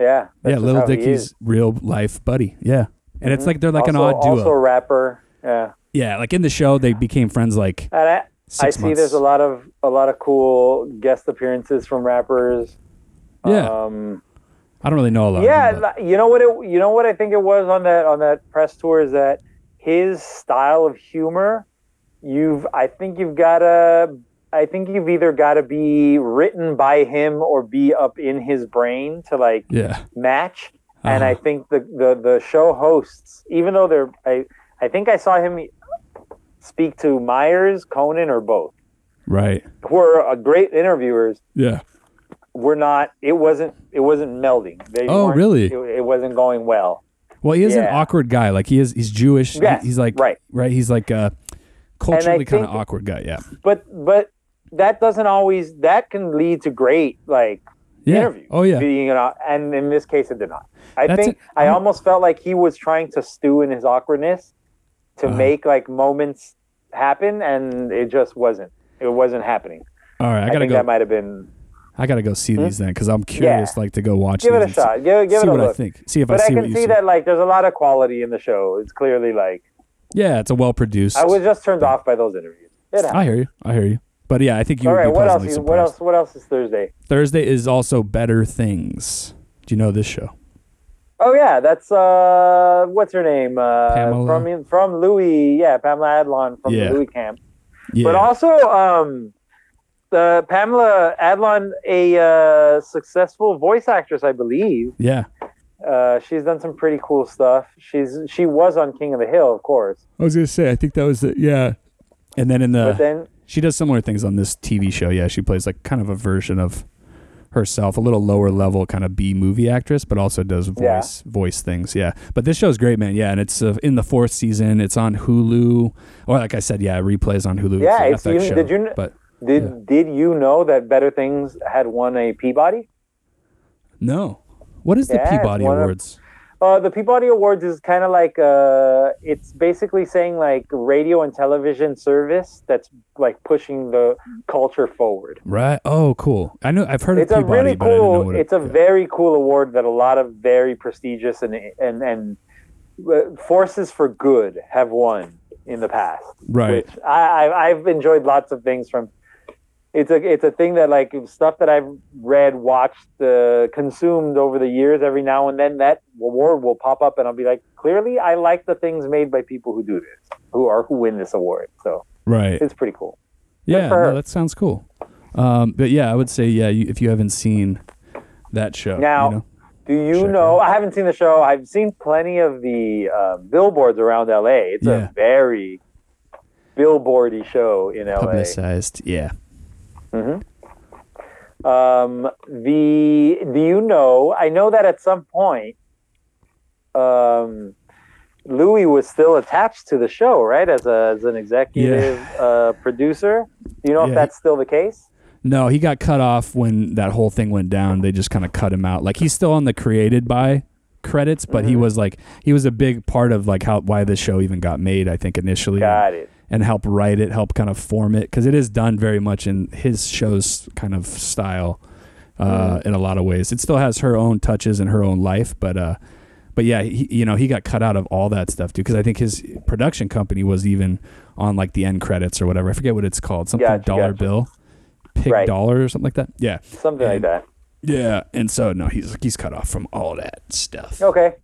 yeah. that's
Yeah,
just
Little
how he
Dicky's
is. Mm-hmm.
real life buddy. Yeah, and it's like they're like an
Also-
odd duo.
Also a rapper. Yeah.
yeah, like in the show they became friends. Like
And I, I
Six
see
months.
there's a lot of a lot of cool guest appearances from rappers.
yeah,
Um,
I don't really know a lot. of
yeah,
them, but-
li- you know what it, you know what I think it was on that on that press tour is that his style of humor, you've I think you've gotta I think you've either gotta be written by him or be up in his brain to like
yeah,
match. And
Uh-huh.
I think the, the the show hosts, even though they're I I think I saw him speak to Myers, Conan, or both.
right,
who are uh, great interviewers
yeah,
were not it wasn't it wasn't melding they
Oh,
weren't-
really?
it, it wasn't going well
Well, he is an
Yeah.
awkward guy. Like he is, he's Jewish. He-
Yes,
he's like
right.
right. He's like a culturally kind of
think-
awkward guy. Yeah,
but but that doesn't always that can lead to great like
yeah.
interviews
Oh yeah,
being an, au- and in this case it did not i
That's
think
it.
i almost felt like he was trying to stew in his awkwardness to
Uh-huh.
make like moments happen and it just wasn't it wasn't happening
all right. I
i
gotta
think
go.
that might have been
I gotta go see these then because I'm curious, like to go watch.
give it
these
a shot
and
give, it- give
see
it a
what
look
I think. See if
but
I
i
see
can
what you
see
see.
that like there's a lot of quality in the show it's clearly like
Yeah, it's a well produced.
I was just turned off by those interviews. It
I
happened.
hear you. I hear you. But yeah, I think you
All
would
right,
be
what else?
pleasantly
Is,
surprised.
what else? What else is Thursday?
Thursday is also Better Things. Do you know this show?
Oh yeah, that's uh, what's her name? Uh,
Pamela?
from from Louis. Yeah, Pamela Adlon from
Yeah.
the Louis camp.
Yeah.
But also, um, the Pamela Adlon, a uh, successful voice actress, I believe.
yeah.
Uh, she's done some pretty cool stuff. She's she was on King of the Hill, of course.
I was gonna say. I think that was the yeah. And then in the
But then
She does similar things on this TV show. Yeah, she plays like kind of a version of herself, a little lower level kind of B movie actress, but also does
Yeah.
voice voice things. Yeah, but this show's great, man. Yeah, and it's uh, in the fourth season. It's on Hulu, or like I said, yeah, it replays on Hulu.
Yeah,
it's
it's
an FX
even-
show,
did you kn-
But
did
Yeah.
did you know that Better Things had won a Peabody?
no, what is the
Yeah, it's
Peabody
one of-
Awards?
Uh, the Peabody Awards is kind of like uh, it's basically saying like radio and television service that's like pushing the culture forward.
right? Oh, cool. I know I've heard
It's
of
a
Peabody,
really
but I didn't know
cool.
what it-
It's a
yeah.
very cool award that a lot of very prestigious and and and uh, forces for good have won in the past.
right.
Which I, I I've enjoyed lots of things from. It's a it's a thing that like stuff that I've read, watched, uh, consumed over the years. Every now and then, that award will pop up, and I'll be like, clearly, I like the things made by people who do this, who are who win this award. So
Right.
it's pretty cool.
Yeah,
for
no,
her.
that sounds cool. Um, but yeah, I would say yeah, you, if you haven't seen that show, you
Now,
know?
Do you
Check it
know? I haven't seen the show. um, I've seen plenty of the uh, billboards around LA. It's
Yeah.
a very billboardy show in LA.
publicized. Yeah.
Um, the do you know? I know that at some point, um, Louis was still attached to the show, right? As a as an executive uh, producer. Do you know
Yeah.
if that's still the case?
No, he got cut off when that whole thing went down. They just kind of cut him out. Like he's still on the created by credits, but
Mm-hmm.
he was like he was a big part of like how why this show even got made. I think initially,
Got it.
and help write it, help kind of form it because it is done very much in his show's kind of style uh,
Mm.
in a lot of ways. It still has her own touches and her own life, but uh, but yeah, he, you know, he got cut out of all that stuff too because I think his production company was even on like the end credits or whatever. I forget what it's called, something
Gotcha,
dollar
gotcha.
bill, pig
Right.
dollar or something like that. Yeah,
Something like
And-
that.
yeah, and so no, he's he's cut off from all that stuff.
Okay.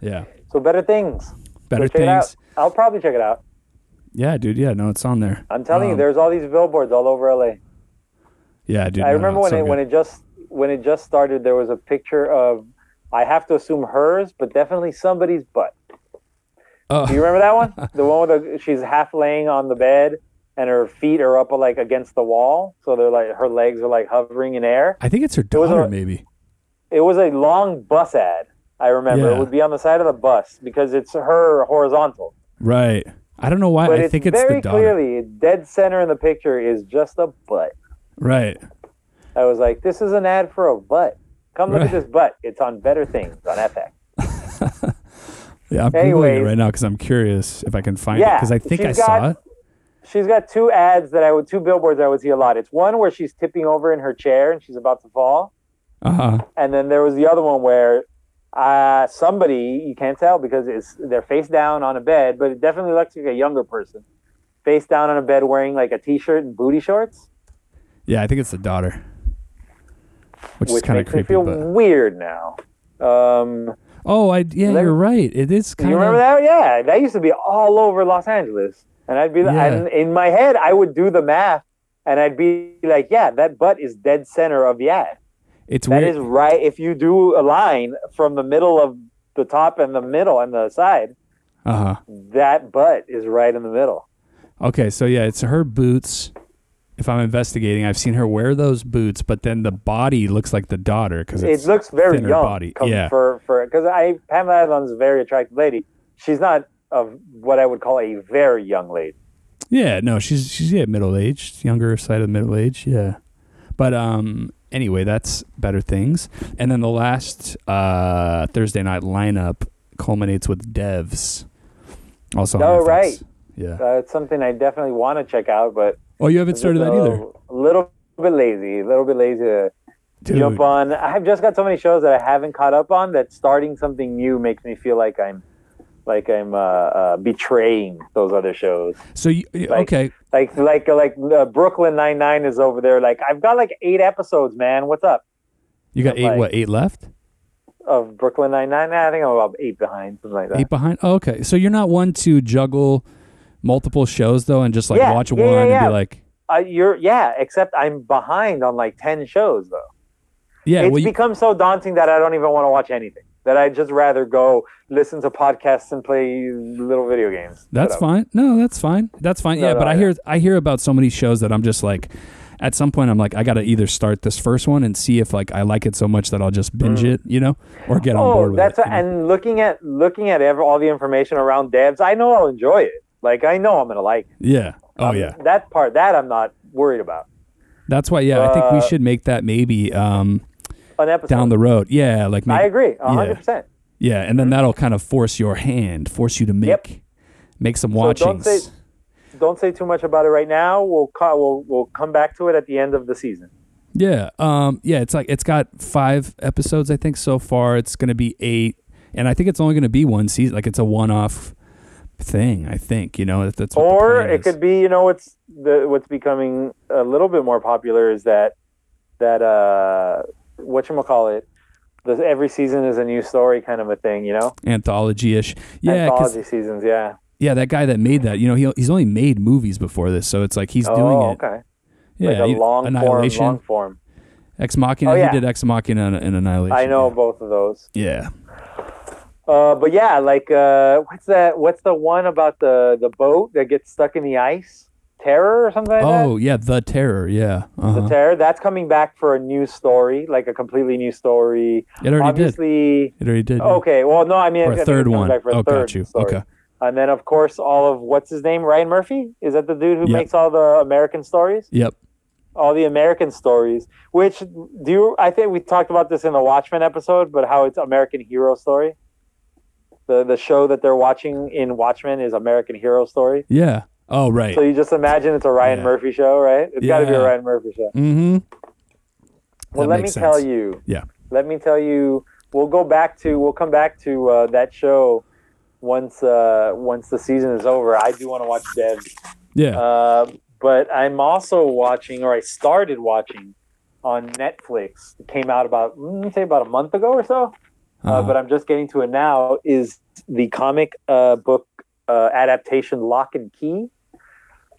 Yeah,
So better things.
better
Go check it out.
things.
I'll probably check it out.
Yeah, dude. Yeah, no, it's on there.
I'm telling you,
Um,
there's all these billboards all over LA.
Yeah, dude.
I
no,
remember
it's
when
so
it when
good.
it just when it just started, there was a picture of I have to assume hers, but definitely somebody's butt.
Oh.
Do you remember that
[laughs]
one? the one with the, she's half laying on the bed and her feet are up like against the wall, so they're like her legs are like hovering in air.
I think it's her
was
daughter,
a-
maybe.
It was a long bus ad. I remember
Yeah.
it would be on the side of the bus because it's her horizontal.
Right. I don't know why.
But
I
it's
think it's
very
the daughter.
clearly dead center in the picture is just a butt.
Right.
I was like, this is an ad for a butt. Come look
Right.
at this butt. It's on Better Things on FX.
Yeah, I'm googling
Anyways.
it right now because I'm curious if I can find it
Yeah,
because I think I
she's
saw
got-
it.
She's got two ads that I would, two billboards I would see a lot. It's one where she's tipping over in her chair and she's about to fall.
Uh huh.
And then there was the other one where uh, somebody, you can't tell because it's they're face down on a bed, but it definitely looks like a younger person. Face down on a bed wearing like a t shirt and booty shorts,
Yeah, I think it's the daughter, which, is
which
kind of
makes me
creepy.
feel
But
weird now. Um,
oh, I yeah,
Let-
you're right. It is kind
You
of
remember that? Yeah, that used to be all over Los Angeles, and I'd be
Yeah.
and in my head, I would do the math, and I'd be like, "Yeah, that butt is dead center of the ad.
It's
That
weird.
is right. If you do a line from the middle of the top and the middle and the side,
uh huh.
that butt is right in the middle.
Okay, so yeah, it's her boots. If I'm investigating, I've seen her wear those boots, but then the body looks like the daughter because
It looks very
thinner
young.
body.
com-
Yeah.
for for because I Pamela Adlon's a very attractive lady. She's not of what I would call a very young lady.
Yeah, no, she's she's yeah, middle aged, younger side of middle age, yeah. But um anyway, that's better things. And then the last uh Thursday night lineup culminates with devs. Also on
Oh,
FX.
right.
Yeah.
Uh, it's something I definitely want to check out, but
oh, you haven't started that
just
either.
A little bit lazy, a little bit lazy to
Dude.
jump on. I've just got so many shows that I haven't caught up on that starting something new makes me feel like I'm like I'm uh, uh, betraying those other shows.
So you,
Like-
okay.
Like like like uh, Brooklyn Nine Nine is over there. Like I've got like eight episodes, man. What's up
You got eight
like-
what, eight left?
of Brooklyn Nine Nine? I think I'm about eight behind, something like that.
Eight behind? Oh, okay. So you're not one to juggle multiple shows though and just like
Yeah,
watch
yeah,
one
yeah,
and
yeah.
be like
Uh, you're yeah, except I'm behind on like ten shows though.
Yeah,
it's
well you,
become so daunting that I don't even want to watch anything. That I'd just rather go listen to podcasts and play little video games.
That's
Whatever.
fine. No, that's fine. That's fine.
No,
yeah,
no,
but I
yeah.
hear I hear about so many shows that I'm just like at some point I'm like I got to either start this first one and see if like I like it so much that I'll just binge it, you know, or get on board
Mm. Oh,
with
that's
it.
a, and looking at looking at ever all the information around devs, I know I'll enjoy it. Like I know I'm gonna like. It.
you know? yeah. Oh
Um,
yeah.
That part that I'm not worried about.
That's why yeah, I think we
uh,
should make that maybe um
An episode
down the road. Yeah, like maybe
I agree,
yeah.
hundred percent.
Yeah, and then that'll kind of force your hand, force you to make
Yep.
make some
So
watchings.
don't say- Don't say too much about it right now. We'll ca- we'll we'll come back to it at the end of the season.
Yeah. Um, yeah, it's like it's got five episodes, I think, so far. It's gonna be eight. And I think it's only gonna be one season like it's a one off thing, I think, you know. That, that's what the
or
plan
it
is.
could be you know what's the what's becoming a little bit more popular is that that uh what you call it every season is a new story kind of a thing you know
anthology ish. Yeah, 'cause-
anthology seasons yeah
yeah, that guy that made that, you know, he he's only made movies before this, so it's like he's doing
oh
it.
okay
Yeah,
like
he-
a long form
Annihilation,
long form
Ex Machina.
Oh, yeah.
He did Ex Machina and, and Annihilation.
i know
yeah.
both of those
Yeah.
Uh, but yeah, like uh, what's that? What's the one about the the boat that gets stuck in the ice? Terror or something like that.
Oh yeah, the terror. Yeah,
The
uh-huh.
Terror. That's coming back for a new story, like a completely new story.
it already did.
Obviously,
It already did.
okay. Well, no, I mean, I
Or a
think
third
it's coming
one.
back for a
Oh,
third
got you.
story.
Okay.
And then, of course, all of what's his name? Ryan Murphy? Is that the dude who
Yeah.
makes all the American stories?
Yep.
All the American stories, which do you, I think we talked about this in the Watchmen episode, but how it's American Hero Story. The, the show that they're watching in Watchmen is American Hero Story.
Yeah. Oh right.
So you just imagine it's a Ryan
Yeah.
Murphy show, right? It's got to be a
Yeah.
Ryan Murphy show.
mm-hmm.
Well,
That
let me
makes
tell
sense.
you.
Yeah.
Let me tell you. We'll go back to. We'll come back to uh, that show once uh, once the season is over. I do want to watch Dev,
Yeah.
uh, but I'm also watching, or I started watching on Netflix. It came out about mm, say about a month ago or so, uh,
Uh-huh.
but I'm just getting to it now. Is the comic uh, book uh, adaptation Lock and Key?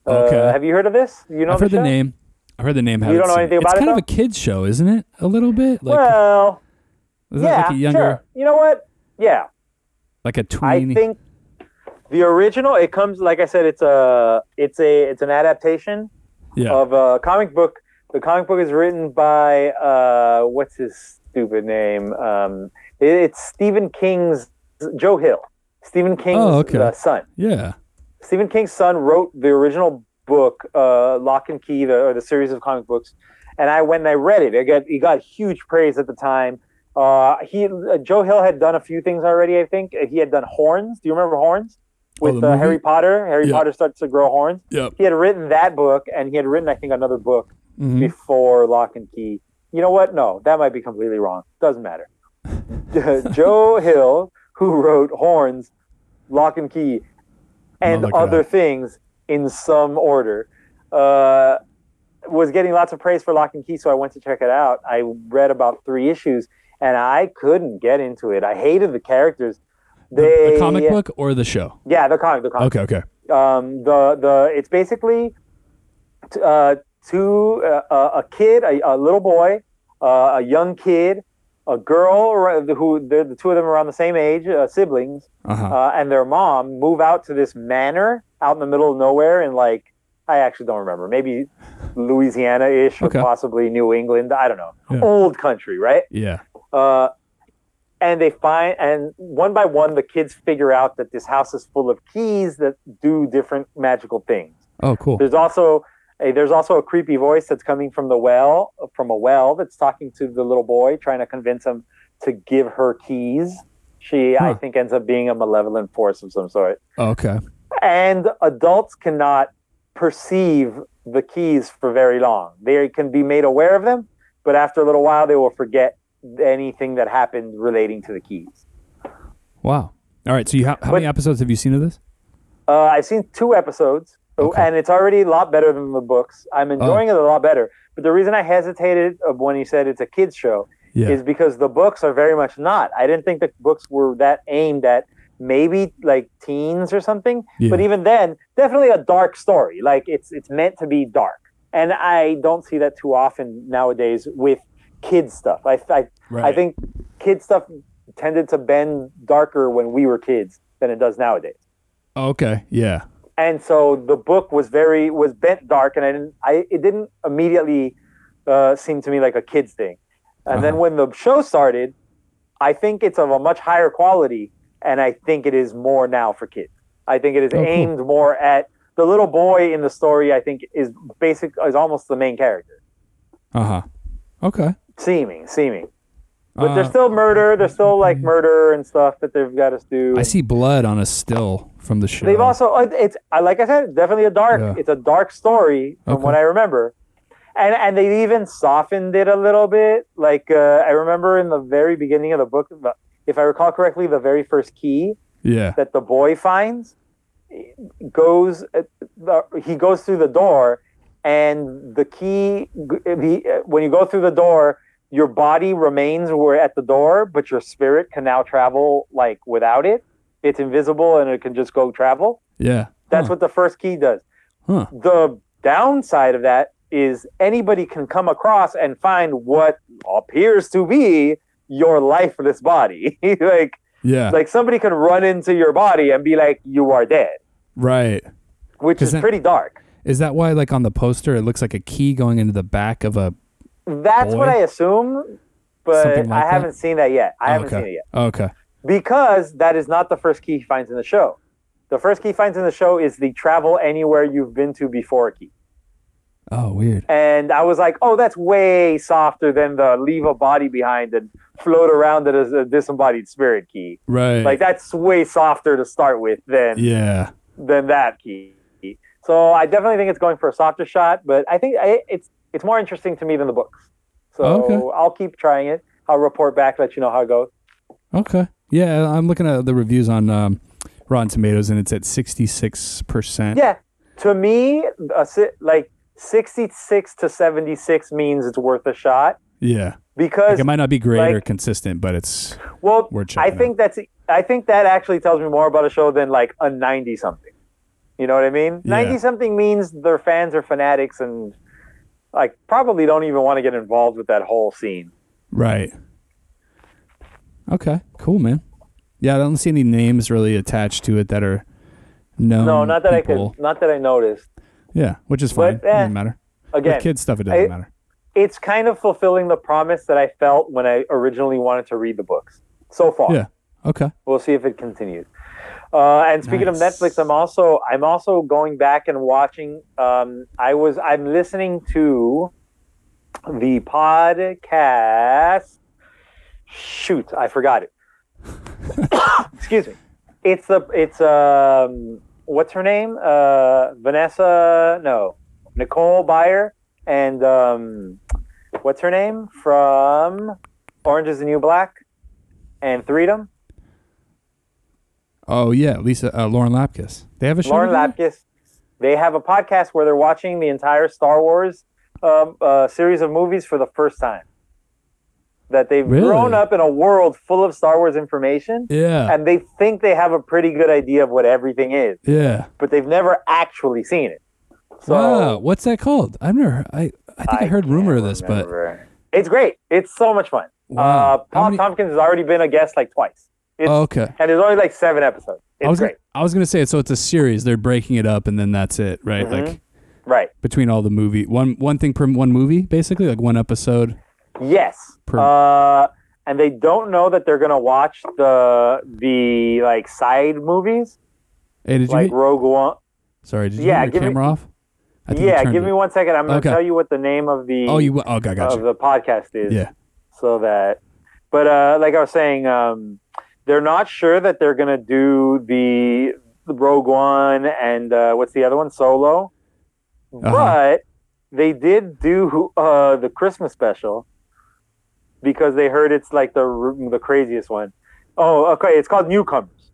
Uh,
Okay.
Have you heard of this? You know
I've heard the
show?
name. I've heard the name.
You don't
haven't
know
seen
anything
it.
about
It's
it,
kind of
though?
a kids show, isn't it? A little bit. Like
well,
is
yeah,
that like a younger,
sure. You know what? Yeah,
like a
I
tweeny.
think the original. It comes, like I said, it's a it's a it's an adaptation
yeah.
of a comic book. The comic book is written by uh, what's his stupid name? Um, it- it's Stephen King's Joe Hill. Stephen King's
Oh, okay.
uh, son.
yeah.
Stephen King's son wrote the original book, uh, Lock and Key, the, or the series of comic books. And I, when I read it, it got it got huge praise at the time. Uh, he uh, Joe Hill had done a few things already. I think he had done Horns. Do you remember Horns
Oh,
with
the
uh,
movie?
Harry Potter? Harry
Yeah.
Potter starts to grow horns.
Yep.
He had written that book, and he had written I think another book
Mhm.
before Lock and Key. You know what? No, that might be completely wrong. Doesn't matter. [laughs] Joe Hill, who wrote Horns, Lock and Key, and
Another guy.
other things in some order, uh, was getting lots of praise for Lock and Key. So I went to check it out. I read about three issues, and I couldn't get into it. I hated the characters.
The-
They, uh,
the comic book or the show?
Yeah, the comic. The comic
Okay. Okay.
um, the the it's basically t- uh, two uh, uh, a kid, a, a little boy, uh, a young kid, a girl ar- who they're the two of them are around the same age, uh, siblings,
Uh-huh.
uh, and their mom move out to this manor out in the middle of nowhere in like I actually don't remember, maybe Louisiana ish
Okay.
or possibly New England, I don't know,
Yeah.
old country, right?
yeah.
uh, and they find and one by one the kids figure out that this house is full of keys that do different magical things
Oh, cool.
there's also a, there's also a creepy voice that's coming from the well from a well that's talking to the little boy trying to convince him to give her keys she i
Huh.
think ends up being a malevolent force of some sort
Oh, Okay.
and adults cannot perceive the keys for very long. They can be made aware of them, but after a little while, they will forget anything that happened relating to the keys.
Wow. All right. So you ha- how
But-
many episodes have you seen of this?
Uh, I've seen two episodes,
Okay. Oh.
and it's already a lot better than the books. I'm enjoying it a lot better. But the reason I hesitated of when you said it's a kids show
Yeah.
is because the books are very much not. I didn't think the books were that aimed at maybe like teens or something.
Yeah.
But even then, definitely a dark story. Like it's it's meant to be dark, and I don't see that too often nowadays with kids stuff. I I, I
Right.
think kid stuff tended to bend darker when we were kids than it does nowadays.
Oh, okay. Yeah.
And so the book was very was bent dark, and I didn't I it didn't immediately uh, seem to me like a kids thing. And then
Uh-huh.
when the show started, I think it's of a much higher quality, and I think it is more now for kids. I think it is
Oh, cool.
aimed more at the little boy in the story. I think is basic is almost the main character,
Uh huh. Okay.
seeming, seeming. But there's
Uh, Mm-hmm.
still murder. There's still like murder and stuff that they've got us do.
I see blood on a still from the show.
They've also uh, it's I- like I said, definitely a dark.
Yeah.
It's a dark story from
Okay.
what I remember, and and they even softened it a little bit. Like uh, I remember in the very beginning of the book, the- if I recall correctly, the very first key
Yeah.
that the boy finds goes uh, the, he goes through the door and the key the, when you go through the door your body remains where at the door but your spirit can now travel like without it it's invisible and it can just go travel
Yeah.
that's
Huh.
what the first key does
Huh.
the downside of that is anybody can come across and find what appears to be your lifeless body [laughs] like
Yeah.
Like somebody can run into your body and be like, "You are dead,"
right.
which
'Cause
is
then-
pretty dark.
Is that why, like on the poster, it looks like a key going into the back of a?
That's what
Boy.
I assume, but
Something like
I
that? Oh,
haven't seen that yet. I haven't
okay.
seen it yet
Okay.
because that is not the first key he finds in the show. The first key he finds in the show is the travel anywhere you've been to before key.
Oh, weird.
And I was like, oh, that's way softer than the leave a body behind and float around it as a disembodied spirit key.
Right.
Like that's way softer to start with than
yeah.
than that key. So I definitely think it's going for a softer shot, but I think I, it's it's more interesting to me than the books. So
Oh, Okay.
I'll keep trying it. I'll report back, let you know how it goes.
Okay. Yeah, I'm looking at the reviews on um, Rotten Tomatoes, and it's at 66 percent.
Yeah, to me, a, si- like sixty-six to seventy-six means it's worth a shot
Yeah.
because
Like it might not be great or
like-
consistent, but it's
well,
We're checking
I
out.
think that's I think that actually tells me more about a show than like a ninety-something. You know what I mean?
Yeah.
Ninety-something means their fans are fanatics and like probably don't even want to get involved with that whole scene.
right. Okay. Cool, man. Yeah, I don't see any names really attached to it that are known.
No, not that I
Um, people.
could. Not that I noticed.
Yeah, which is fine.
But,
It doesn't
eh,
matter.
Again,
With kids stuff, it doesn't
I-
matter.
it's kind of fulfilling the promise that I felt when I originally wanted to read the books. So far,
Yeah. Okay.
we'll see if it continues. Uh, and speaking
Nice.
of Netflix, I'm also I'm also going back and watching. Um, I was I'm listening to the podcast. Shoot, I forgot it. [coughs] Excuse me. It's the it's um what's her name? Uh, Vanessa? No, Nicole Byer and um, what's her name from Orange Is the New Black and Freedom.
Oh yeah, Lisa uh, Lauren Lapkus. They have a show.
Lauren
together?
Lapkus. They have a podcast where they're watching the entire Star Wars um, uh, series of movies for the first time. That they've
Really?
grown up in a world full of Star Wars information,
Yeah.
and they think they have a pretty good idea of what everything is,
Yeah.
but they've never actually seen it. So
wow. What's that called? I've never. I I think I, heard rumor of this, but
but it's great. It's so much fun.
Wow.
Uh,
How
Paul
many-
Tompkins has already been a guest like twice, it's,
oh, okay.
and there's only like seven episodes. It's
I was
great,
Gonna, I was gonna say so. It's a series. They're breaking it up, and then that's it, right?
Mm-hmm.
Like
right?
between all the movie, one one thing per one movie, basically, like one episode.
Yes.
Per-
Uh, and they don't know that they're gonna watch the the like side movies,
Hey, did you?
like
hit-
Rogue One.
sorry, did you
yeah,
get your
give me-
camera off? I think you
Yeah,
turned
give
it.
me one second. I'm gonna
Okay.
tell you what the name of the
Oh, you. Oh, okay, I got
of
you.
the podcast is.
Yeah.
So that, but uh, like I was saying, um, they're not sure that they're gonna do the, the Rogue One and uh, what's the other one, Solo, but they did do uh, the Christmas special because they heard it's like the r- the craziest one. Oh, okay, it's called Newcomers.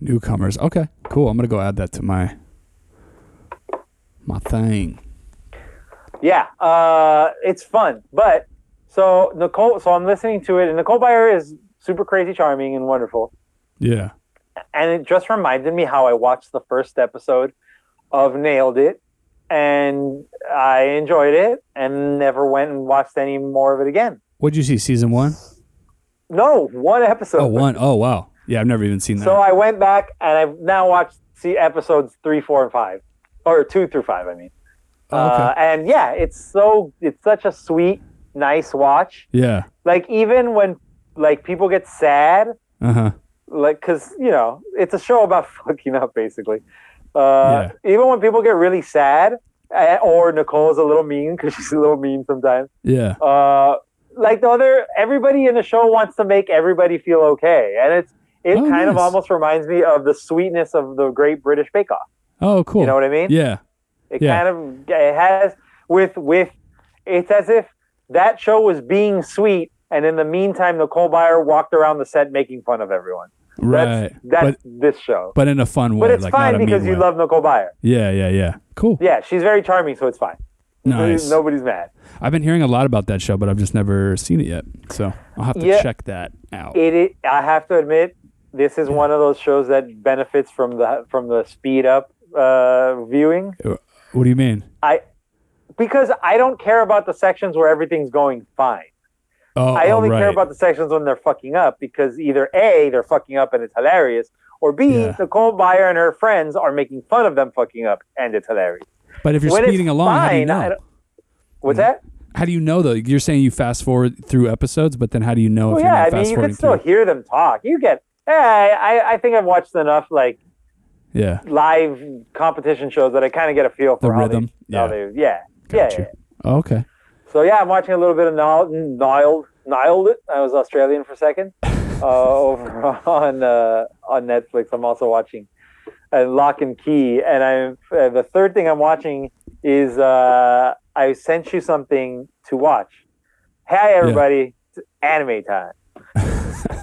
Newcomers. Okay, cool. I'm gonna go add that to my my thing.
Yeah, uh, it's fun. But so Nicole, so I'm listening to it, and Nicole Byer is super crazy, charming, and wonderful.
Yeah.
And it just reminded me how I watched the first episode of Nailed It, and I enjoyed it, and never went and watched any more of it again.
What'd you see? Season one.
No, one episode.
Oh, one. Oh, wow. Yeah, I've never even seen that.
So I went back, and I've now watched see episodes three, four, and five, or two through five. I mean,
Oh, okay.
uh, and yeah, it's so it's such a sweet, nice watch.
yeah.
like even when like people get sad
Uh huh.
like because you know it's a show about [laughs] fucking up basically uh even when people get really sad eh, or nicole's a little mean because [laughs] she's a little mean sometimes
Yeah.
uh like the other everybody in the show wants to make everybody feel okay and it's it
Oh,
kind of
nice.
almost reminds me of the sweetness of the great british bake off
Oh, cool.
you know what i mean
Yeah.
it
Yeah.
kind of it has with with it's as if that show was being sweet, and in the meantime, Nicole Byer walked around the set making fun of everyone.
Right.
That's,
but
that's this show.
but in a fun way.
But it's
like
fine
not a
because
mean
you
way.
love Nicole Byer.
Yeah. Yeah. Yeah. Cool.
Yeah, she's very charming, so it's fine.
Nice.
Nobody's mad.
I've been hearing a lot about that show, but I've just never seen it yet. So I'll have to
Yeah.
check that out.
It, it. I have to admit, this is one of those shows that benefits from the from the speed up uh, viewing
what do you mean?
because I don't care about the sections where everything's going fine.
Oh,
I only care
right.
about the sections when they're fucking up because either A, they're fucking up and it's hilarious, or B,
Yeah.
Nicole Byer and her friends are making fun of them fucking up and it's hilarious.
But if you're
when it's
speeding along, how do you
fine, I
know?
don't- What's
Mm-hmm.
that?
How do you know though? You're saying you fast forward through episodes, but then how do you know
Well,
if you're
yeah,
not
I
fast
mean, you can
forwarding
still
through?
hear them talk. You get, eh, I, I think I've watched enough like
Yeah.
live competition shows that I kind of get a feel for
The
how
rhythm?
They, how
Yeah.
they- yeah. yeah,
Gotcha.
yeah.
Oh, okay.
So yeah, I'm watching a little bit of Nile, Nile, Nile it. I was Australian for a second. Uh, over [laughs] on uh, on Netflix, I'm also watching uh, Lock and Key, and I'm uh, the third thing I'm watching is uh, I sent you something to watch. Hey everybody, it's anime time.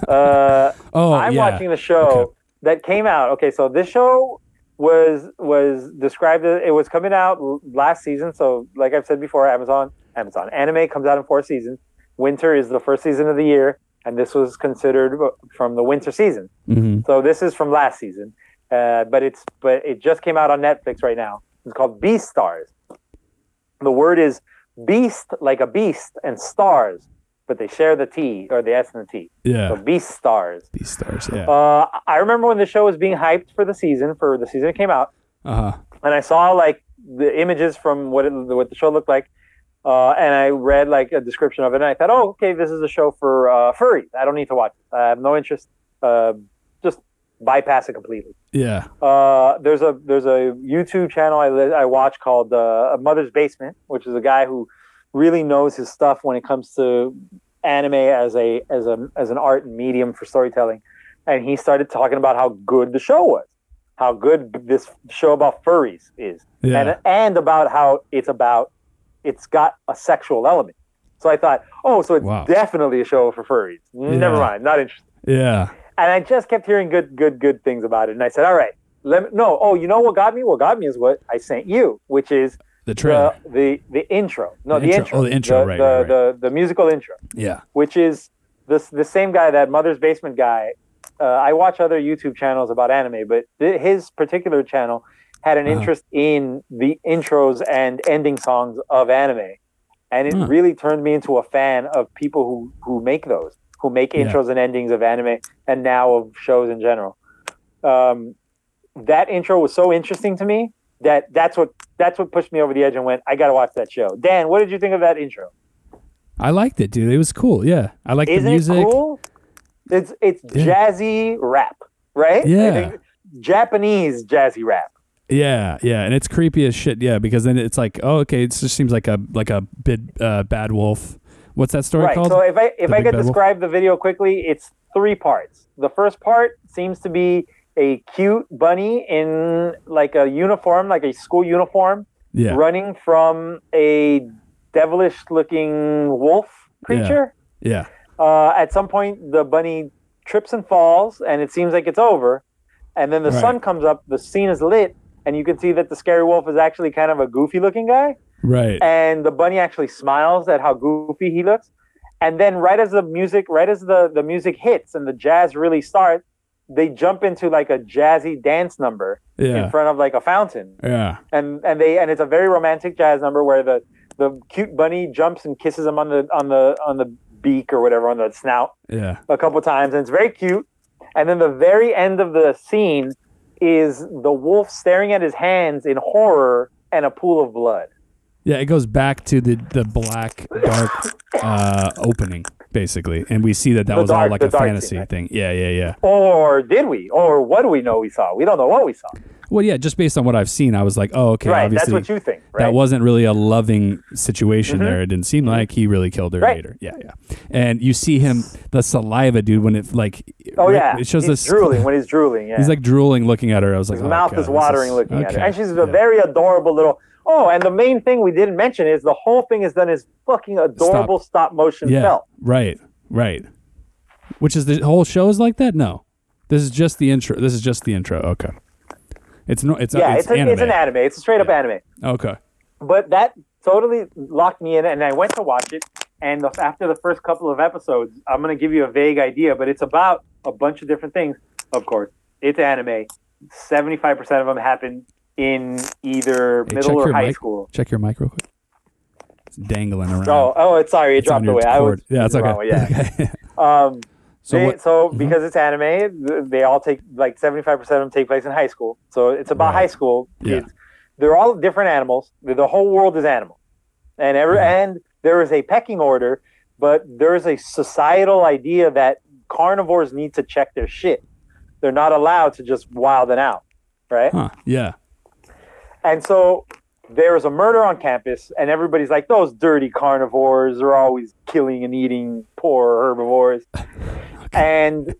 uh,
Oh,
I'm
yeah.
watching the show
Okay.
that came out. Okay, so this show was was described as it was coming out l- last season. So like I've said before, Amazon Amazon anime comes out in four seasons. Winter is the first season of the year, and this was considered uh, from the winter season.
hmm
So this is from last season, uh, but it's but it just came out on Netflix right now. It's called Beast Stars. The word is beast, like a beast, and stars, but they share the T or the S and the T. So
Yeah.
Beast Stars.
These stars. Yeah.
Uh, I remember when the show was being hyped for the season, for the season it came out,
Uh huh.
and I saw like the images from what it, what the show looked like, uh, and I read like a description of it, and I thought, oh, okay, this is a show for uh, furries. I don't need to watch it. I have no interest. Uh, just bypass it completely.
Yeah.
Uh, there's a there's a YouTube channel I, li- I watch called uh, Mother's Basement, which is a guy who really knows his stuff when it comes to anime as a as a as an art and medium for storytelling. And he started talking about how good the show was, how good this show about furries is,
Yeah.
and and about how it's about it's got a sexual element. So I thought, oh, so it's
Wow.
definitely a show for furries. Never
Yeah.
mind, not interested
yeah.
and I just kept hearing good, good, good things about it. And I said, "All right, let me no. Oh, you know what got me? What got me is what I sent you, which is
The trailer.
the the, the intro. No,
The
the,
intro.
intro.
Oh, the intro, right,
the,
right, right.
The, the musical intro,
yeah.
which is this the same guy that Mother's Basement guy. Uh, I watch other YouTube channels about anime, but th- his particular channel had an
Uh-huh.
interest in the intros and ending songs of anime, and it
Huh.
really turned me into a fan of people who who make those, who make
Yeah.
intros and endings of anime, and now of shows in general. Um, that intro was so interesting to me that that's what that's what pushed me over the edge and went, I gotta watch that show. Dan, what did you think of that intro?
I liked it, dude. It was cool. Yeah. I liked
Isn't
the music.
it cool? It's it's
Yeah.
jazzy rap, right? I
Yeah.
think Japanese jazzy rap.
Yeah, yeah, and it's creepy as shit. Yeah, because then it's like, oh, okay, it just seems like a like a bid uh, bad wolf. What's that story
right.
called?
So if I if I
The Big
could
Bad Wolf?
describe the video quickly, it's three parts. The first part seems to be a cute bunny in like a uniform, like a school uniform,
yeah,
running from a devilish looking wolf creature.
yeah,
Uh, at some point, the bunny trips and falls, and it seems like it's over. And then the
Right.
sun comes up, the scene is lit, and you can see that the scary wolf is actually kind of a goofy looking guy.
right.
And the bunny actually smiles at how goofy he looks. And then, right as the music, right as the, the music hits and the jazz really starts, they jump into like a jazzy dance number in
Yeah,
front of like a fountain
yeah,
and and they and it's a very romantic jazz number where the the cute bunny jumps and kisses him on the on the on the beak or whatever on the snout
yeah,
a couple times and it's very cute and then the very end of the scene is the wolf staring at his hands in horror and a pool of blood
yeah. It goes back to the the black dark uh, opening basically, and we see that that
The
was all
dark-
like
the
a
dark scene,
fantasy
right?
thing. Yeah, yeah, yeah.
or did we or what do we know we saw we don't know what we saw
Well, yeah, just based on what I've seen, I was like, oh, okay,
right that's
obviously
what you think right Mm-hmm.
that wasn't really a loving situation there. It didn't seem like he really killed her
Right.
later. Yeah, yeah. And you see him the saliva, dude, when it like
oh
right-
yeah
it shows
he's
this [laughs]
drooling when he's drooling yeah
He's like drooling looking at her. I was like,
His
oh,
mouth
God,
is
this
watering looking at her.
okay.
And she's
Yeah.
a very adorable little. Oh, and the main thing we didn't mention is the whole thing is done as fucking adorable stop, motion
yeah,
felt.
right, right. Which is the whole show is like that. No, this is just the intro. This is just the intro. Okay, it's no, it's uh,
Yeah,
it's,
it's, a,
anime.
it's an anime. It's a straight up anime.
Okay,
But that totally locked me in, and I went to watch it. And the, after the first couple of episodes, I'm going to give you a vague idea, but it's about a bunch of different things. Of course, it's anime. 75% of them happen in either
Hey, check
middle or
your
high
mic.
school.
check your mic real quick. dangling around.
Oh, oh, it's sorry, it dropped
on your
away. I
cord.
was
yeah, it's
wrong
okay.
way, Yeah.
[laughs] Okay.
Um,
so
they-
what? Mm-hmm.
so because it's anime, th- they all take like seventy five percent of them take place in high school. So it's about
Right.
high school
Yeah.
kids. They're all different animals. The the whole world is animal, and every
Mm-hmm.
and there is a pecking order, but there is a societal idea that carnivores need to check their shit. They're not allowed to just wild and out, right?
Huh. Yeah.
And so there was a murder on campus, and everybody's like, those dirty carnivores are always killing and eating poor herbivores. and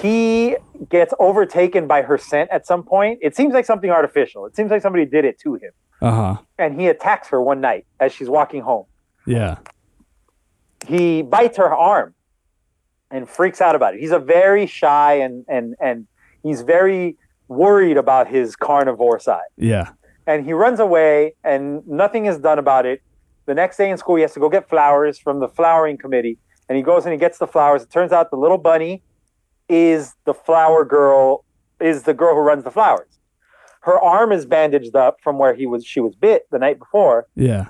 he gets overtaken by her scent at some point. It seems like something artificial. It seems like somebody did it to him.
Uh huh.
And he attacks her one night as she's walking home.
Yeah.
He bites her arm and freaks out about it. He's a very shy and and and he's very worried about his carnivore side
Yeah.
and he runs away and nothing is done about it the next day in school he has to go get flowers from the flowering committee and he goes and he gets the flowers it turns out the little bunny is the flower girl is the girl who runs the flowers her arm is bandaged up from where he was she was bit the night before
Yeah.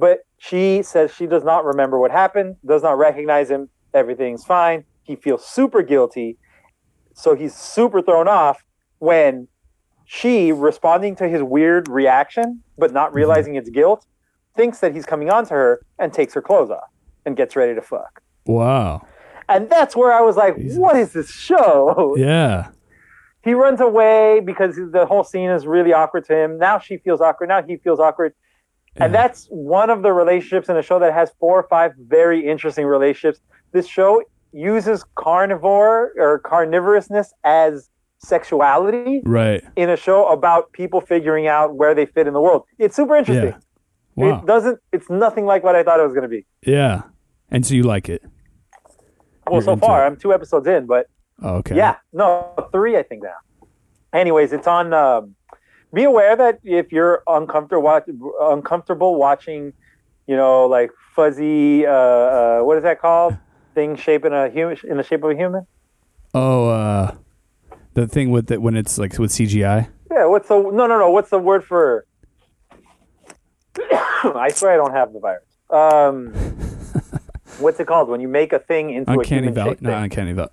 but she says she does not remember what happened does not recognize him everything's fine he feels super guilty so he's super thrown off when she responding to his weird reaction but not realizing it's guilt thinks that he's coming on to her and takes her clothes off and gets ready to fuck
Wow.
and that's where i was like what is this show
Yeah.
he runs away because the whole scene is really awkward to him. Now she feels awkward. Now he feels awkward. And
Yeah.
that's one of the relationships in a show that has four or five very interesting relationships. This show uses carnivore or carnivorousness as sexuality
Right.
in a show about people figuring out where they fit in the world. It's super interesting.
Yeah. Wow.
It doesn't it's nothing like what I thought it was going to be.
Yeah. And so you like it.
Well,
You're
so
into
far
it.
I'm two episodes in, but
Oh, okay.
Yeah, no, three, I think now. Anyways, it's on. um be aware that if you're uncomfortable, watch, uncomfortable watching, you know, like fuzzy, uh, uh, what is that called? Thing shaped in a human, in the shape of a human.
Oh, uh, the thing with it when it's like with CGI.
Yeah. What's the no, no, no? What's the word for? [coughs] I swear I don't have the virus.
[laughs]
Um, what's it called when you make a thing into
Uncanny
a human
Valley.
shaped
No,
thing?
Uncanny Valley.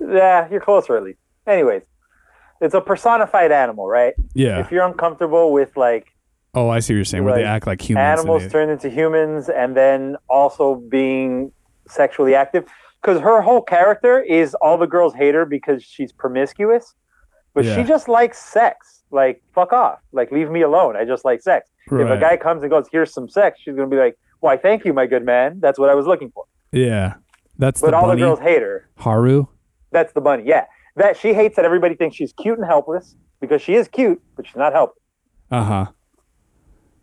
Yeah, you're closer at least. Anyways, it's a personified animal, right?
Yeah.
If you're uncomfortable with like
Oh, I see what you're saying. Where they
like,
act like humans. and
animals
they-
turned into humans and then also being sexually active because her whole character is all the girls hate her because she's promiscuous but
Yeah.
she just likes sex like fuck off like leave me alone i just like sex if
Right.
a guy comes and goes here's some sex she's gonna be like why thank you my good man that's what i was looking for
yeah. That's
but
the
all
bunny.
the girls hate her
Haru.
that's the bunny yeah that she hates that everybody thinks she's cute and helpless because she is cute but she's not helpless
Uh huh.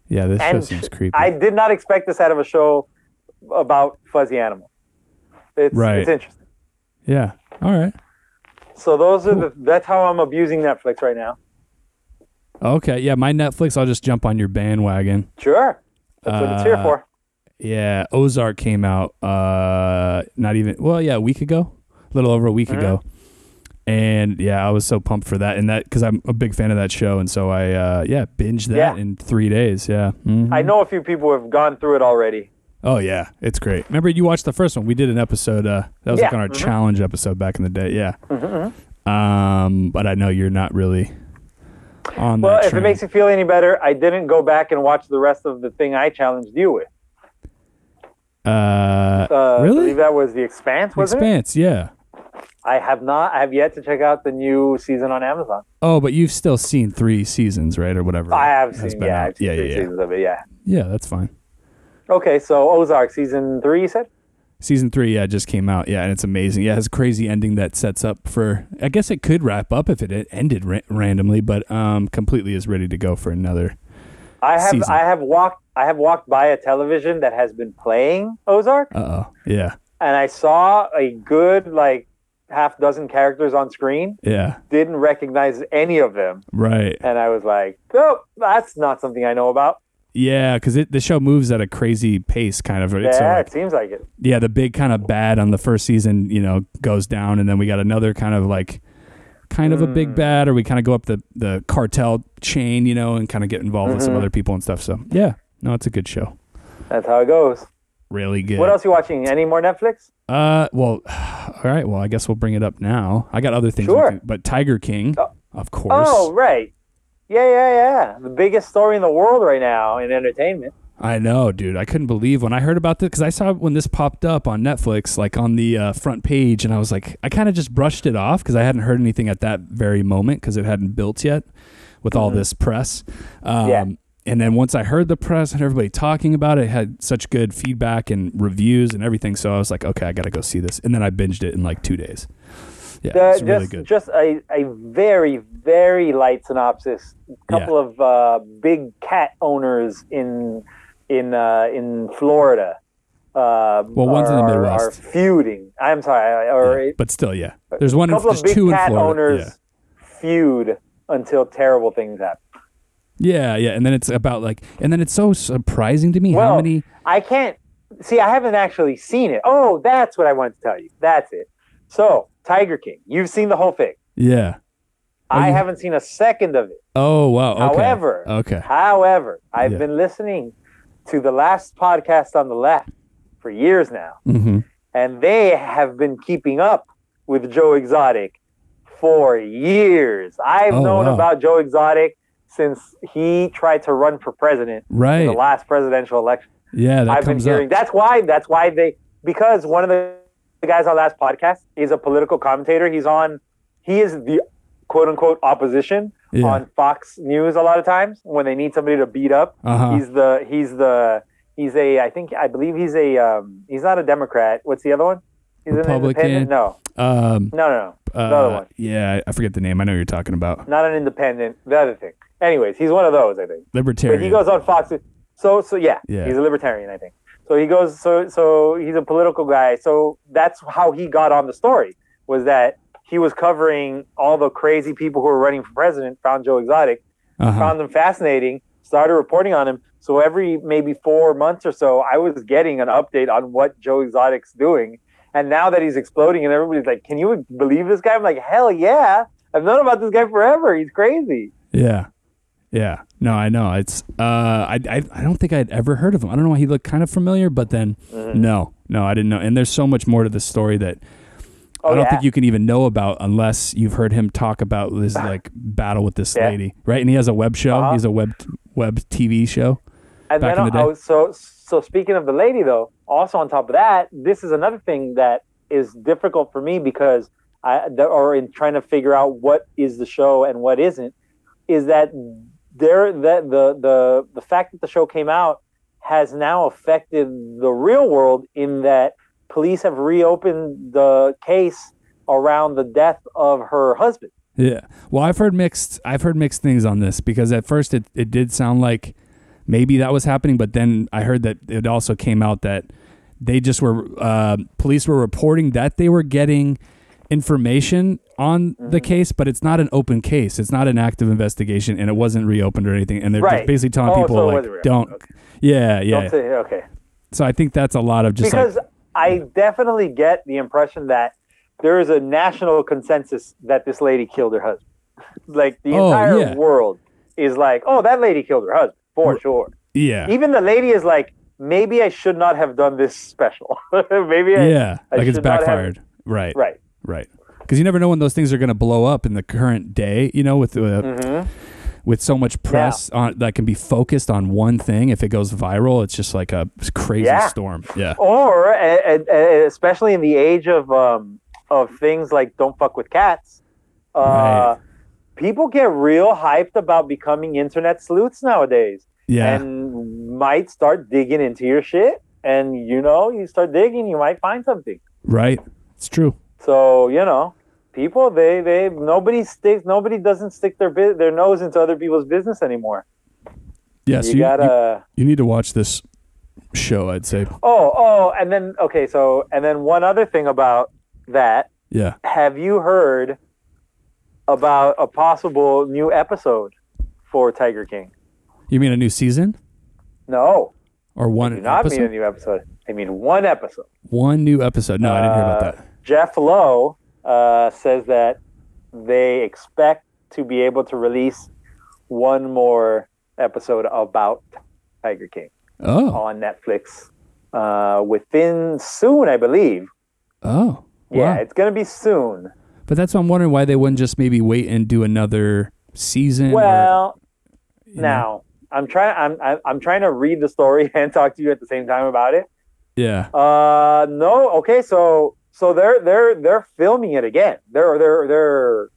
Yeah, this show
And
seems creepy.
I did not expect this out of a show about fuzzy animals. It's,
Right.
it's interesting.
yeah. All right.
So those are the. That's how I'm abusing Netflix right now.
Okay. Yeah, my Netflix. I'll just jump on your bandwagon.
Sure, that's what it's here
Uh,
for.
Yeah, Ozark came out uh not even well, yeah, a week ago, a little over a week ago. And yeah, I was so pumped for that and that cuz I'm a big fan of that show and so I uh yeah, binged that
Yeah.
in 3 days, yeah. Mhm.
I know a few people who have gone through it already.
Oh yeah, it's great. Remember you watched the first one? We did an episode uh that was like
Yeah, Mm-hmm.
on our challenge episode back in the day, yeah. Um but I know you're not really on
Well,
that
if it
train.
makes you feel any better, I didn't go back and watch the rest of the thing I challenged you with.
uh
Uh, I
Really?
believe that was the Expanse, wasn't it?
Expanse, yeah.
I have not. I have yet to check out the new season on Amazon.
Oh, but you've still seen 3 seasons, right? Or whatever.
I have
has
seen.
been
Yeah,
out.
I've seen
yeah,
three
yeah, yeah.
seasons of it. Yeah.
Yeah, that's fine.
Okay, so Ozark season three, you said.
Season three, yeah, just came out. Yeah, and it's amazing. Yeah, it has a crazy ending that sets up for. I guess it could wrap up if it had ended ra- randomly, but um, completely is ready to go for another.
I have
season.
I have walked I have walked by a television that has been playing Ozark,
Uh oh. Yeah.
and I saw a good like half dozen characters on screen.
Yeah.
Didn't recognize any of them,
Right.
and I was like, "Nope, that's not something I know about."
Yeah, because the show moves at a crazy pace, kind of. Right?
Yeah,
So, like,
it seems like it.
yeah, the big kind of bad on the first season, you know, goes down, and then we got another kind of like, kind of a
Hmm.
big bad, or we kind of go up the the
Mm-hmm.
cartel chain, you know, and kind of get involved with some other people and stuff. So yeah, no, it's a good show.
That's how it goes.
Really good.
What else you watching? Any more Netflix?
Uh, well, [sighs] all right. Well, I guess we'll bring it up now. I got other things, we
Sure.
can- but Tiger King, of course.
Oh, right. Yeah, yeah, yeah. The biggest story in the world right now in entertainment.
I know, dude. I couldn't believe when I heard about this because I saw when this popped up on Netflix, like on the uh, front page, and I was like, I kind of just brushed it off because I hadn't heard anything at that very moment because it hadn't built yet with all this press. Um,
Mm-hmm. Yeah.
And then once I heard the press and everybody talking about it, it had such good feedback and reviews and everything. So I was like, okay, I got to go see this. And then I binged it in like two days. Yeah,
Uh,
it's
just
really good.
just a, a very, very light synopsis. A couple of uh, big cat owners in in uh, in Florida. Uh,
Well, one's in the
are- Are,
Midwest.
feuding. I'm sorry. Or
but still, yeah. There's one.
a
In,
couple of
there's
big
two in
cat
Florida.
owners
Yeah.
feud until terrible things happen.
Yeah, yeah, and then it's about like, and then it's so surprising to me how
Well,
many.
I can't see. I haven't actually seen it. Oh, that's what I wanted to tell you. That's it. So, Tiger King, you've seen the whole thing.
Yeah.
I
you-
haven't seen a second of it.
Oh wow. Okay.
However,
okay.
however, I've
Yeah.
been listening to the last podcast on the left for years now,
Mm-hmm.
and they have been keeping up with Joe Exotic for years. I've
Oh,
known
wow.
about Joe Exotic since he tried to run for president in the
Right.
last presidential election.
Yeah, that
I've been
comes
hearing.
up.
That's why. That's why they because one of the the guys on last podcast is a political commentator. He's on. He is the quote unquote opposition
Yeah.
on Fox News a lot of times when they need somebody to beat up.
Uh-huh.
He's the. He's the. He's a. I think. I believe he's a. Um, he's not a Democrat. What's the other one? He's
Republican.
an independent. No.
Um.
No. No. No. The other
Uh,
one.
yeah, I forget the name. I know what you're talking about
Not an independent. The other thing. Anyways, he's one of those. I think.
libertarian.
But he goes on Fox. So so yeah,
Yeah.
he's a libertarian, I think. So he goes so so he's a political guy. So that's how he got on the story was that he was covering all the crazy people who were running for president, found Joe Exotic,
uh-huh.
found them fascinating, started reporting on him. So every maybe 4 months or so, I was getting an update on what Joe Exotic's doing. And now that he's exploding and everybody's like, "Can you believe this guy?" I'm like, "Hell yeah. I've known about this guy forever. He's crazy."
Yeah. Yeah. No, I know. It's. Uh. I, I. I don't think I'd ever heard of him. I don't know why he looked kind of familiar, but then
Mm-hmm.
no, no, I didn't know. And there's so much more to this story that
Oh,
I don't
yeah.
think you can even know about unless you've heard him talk about his like battle with this
Yeah.
lady, right? And he has a web show.
Uh-huh.
He's a web web TV show.
And
back
then
in the
I
day.
was, so so speaking of the lady though, also on top of that, this is another thing that is difficult for me because I the- or in trying to figure out what is the show and what isn't is that there that the the the fact that the show came out has now affected the real world in that police have reopened the case around the death of her husband.
Yeah. Well, I've heard mixed. I've heard mixed things on this because at first it, it did sound like maybe that was happening, but then I heard that it also came out that they just were uh, police were reporting that they were getting information on
Mm-hmm.
the case, but it's not an open case. It's not an active investigation, and it wasn't reopened or anything. And they're just
Right.
basically telling
Oh, so
people
it wasn't
like,
reopened.
don't. Yeah, yeah.
Don't say okay.
So I think that's a lot of just
because
like
I definitely get the impression that there is a national consensus that this lady killed her husband. [laughs] like the
Oh,
entire
yeah.
world is like, oh, that lady killed her husband for sure.
yeah,
Even the lady is like, maybe I should not have done this special. [laughs] maybe I,
yeah.
I
like it's
should not have-
backfired. Right.
right.
Right. Because you never know when those things are going to blow up in the current day, you know, with uh,
Mm.
with so much press on, that can be focused on one thing. If it goes viral, it's just like a crazy
Yeah.
storm. Yeah.
Or and, and especially in the age of um, of things like don't fuck with cats, uh,
Right.
people get real hyped about becoming internet sleuths nowadays.
Yeah.
and might start digging into your shit. And you know, you start digging, you might find something.
right. It's true.
So you know, people they they nobody sticks nobody doesn't stick their bu- their nose into other people's business anymore.
Yes.
you
you, you,
gotta
you need to watch this show, I'd say.
oh oh, and then okay, so and then one other thing about that.
Yeah.
Have you heard about a possible new episode for Tiger King?
You mean a new season
No,
or one
do not
episode?
mean a new episode. I mean one episode.
one new episode. No, I didn't hear about
Uh,
that.
Jeff Lowe uh, says that they expect to be able to release one more episode about Tiger King.
Oh,
Uh, on Netflix uh, within soon, I believe.
oh,
Yeah,
wow.
it's gonna be soon.
But that's what I'm wondering why they wouldn't just maybe wait and do another season. or-
Well,
know?
now I'm trying. I'm I'm- I'm trying to read the story [laughs] and talk to you at the same time about it.
yeah.
Uh, no. Okay, so so they're they're they're filming it again. They're they're they're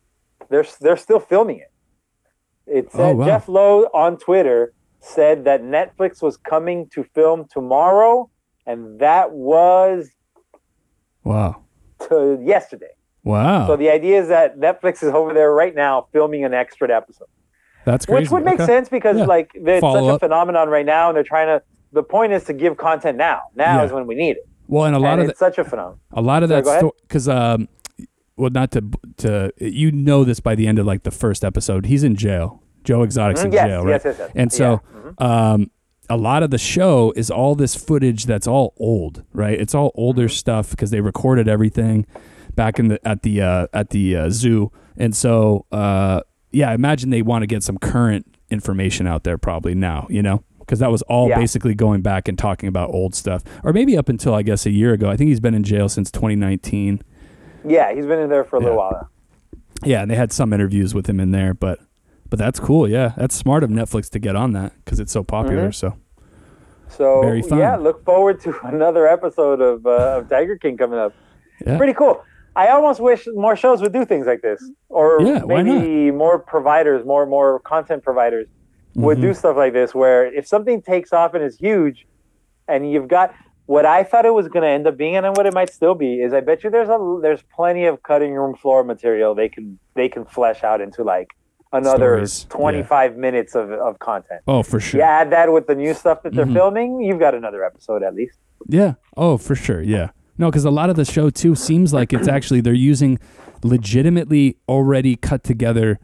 they're they're still filming it. It
Oh,
said
wow.
Jeff Lowe on Twitter said that Netflix was coming to film tomorrow, and that was
Wow.
to yesterday.
Wow.
So the idea is that Netflix is over there right now filming an extra episode,
that's crazy.
which would make
Okay.
sense because
Yeah.
like it's
Follow
such
up.
a phenomenon right now, and they're trying to. The point is to give content now. Now
Yeah.
is when we need it.
Well, and a lot
and
of
it's such a phenomenon.
A lot of
Sorry,
that
go ahead.
story, because um, well, not to b- to you know this by the end of like the first episode, he's in jail. Joe Exotic's in
Mhm, yes,
jail,
yes,
right?
yes, mm-hmm. yes.
And so, um, a lot of the show is all this footage that's all old, right? It's all older stuff because they recorded everything back in the at the uh, at the uh, zoo, and so uh, yeah, I imagine they want to get some current information out there probably now, you know. Because that was all
Yeah.
basically going back and talking about old stuff, or maybe up until I guess a year ago. I think he's been in jail since 2019.
Yeah, he's been in there for a little
Yeah.
while. Now.
Yeah, and they had some interviews with him in there, but but that's cool. Yeah, that's smart of Netflix to get on that because it's so popular. So
So
Very fun.
yeah, look forward to [laughs] another episode of uh, of Tiger King coming up.
Yeah.
Pretty cool. I almost wish more shows would do things like this, or
Yeah, why
maybe more providers, more more content providers would
Mm-hmm.
do stuff like this, where if something takes off and is huge, and you've got what I thought it was going to end up being, and what it might still be, is I bet you there's a there's plenty of cutting room floor material they can they can flesh out into like another
Stories, yeah.
25 minutes of, of content.
oh, for sure. Mm-hmm.
You add that with the new stuff that they're filming, you've got another episode at least.
Yeah. Oh, for sure. Yeah. No, because a lot of the show too seems like it's actually they're using legitimately already cut together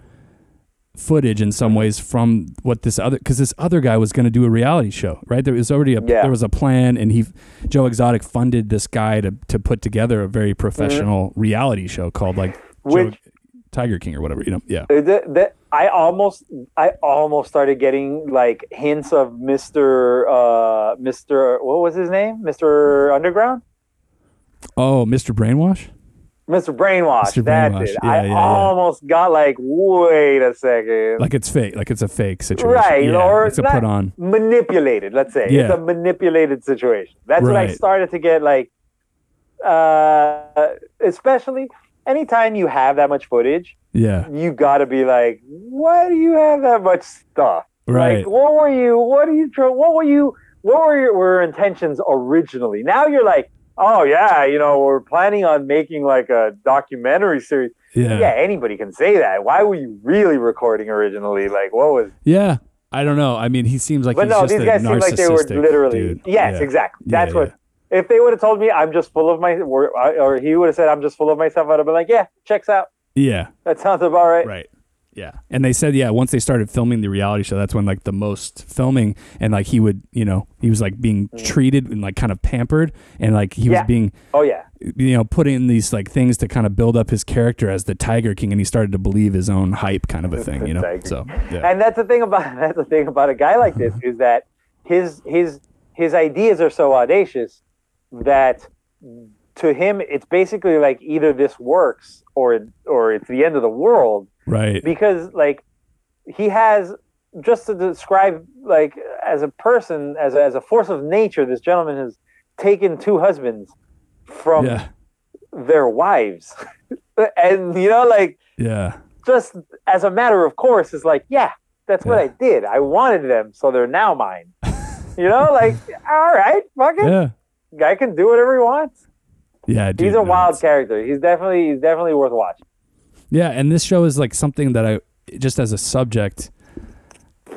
footage in some ways from what this other because this other guy was going to do a reality show right there was already a
Yeah.
there was a plan and he joe exotic funded this guy to to put together a very professional reality show called like joe,
Mm-hmm. Which-
tiger king or whatever you know yeah
Uh, The, the, I almost I almost started getting like hints of Mr. Uh, Mr. What was his name? Mr. Underground?
oh mr brainwash
Mr. Brainwash.
Mr.
That's
Brainwash.
it.
Yeah,
I
yeah, yeah.
almost got like, wait a second.
like it's fake like it's a fake situation
right.
yeah,
or
it's a
not
put on
Manipulated, let's say. It's
Yeah.
a manipulated situation. That's what I
Right.
started to get like uh, especially anytime you have that much footage
yeah
you gotta be like, why do you have that much stuff?
Right.
Like, what were you? What are you? tr- What were you? What were your, were your intentions originally? Now you're like, oh yeah, you know, we're planning on making like a documentary series.
yeah
Yeah, anybody can say that. Why were you really recording originally? Like, what was?
Yeah, I don't know. I mean, he seems like
but
he's
no,
just
these
a
guys seem like they were
narcissistic
literally.
dude.
Yes,
Yeah.
exactly.
Yeah,
That's what. If they would have told me I'm just full of my, or, or he would have said I'm just full of myself, I'd have been like, yeah, checks out.
Yeah,
That sounds about right.
right. Yeah, and they said yeah. Once they started filming the reality show, that's when like the most filming and like he would, you know, he was like being treated and like kind of pampered and like he
Mm. Yeah.
was being
Oh yeah.
you know put in these like things to kind of build up his character as the Tiger King, and he started to believe his own hype,
[laughs]
kind of a thing, you know.
Tiger.
So yeah,
and that's the thing about [laughs] that's the thing about a guy like
[laughs]
this is that his his his ideas are so audacious that to him it's basically like either this works or or it's the end of the world
right.
because like he has just to describe like as a person as a, as a force of nature this gentleman has taken two husbands from
Yeah,
their wives [laughs] and you know like
yeah,
just as a matter of course is like, yeah, that's what
Yeah.
I did. I wanted them, so they're now mine. you know, like, [laughs] all right, fuck it.
yeah,
Guy can do whatever he wants.
yeah. Dude,
He's a
no,
wild
it's-
character. He's definitely he's definitely worth watching.
Yeah, and this show is like something that I just as a subject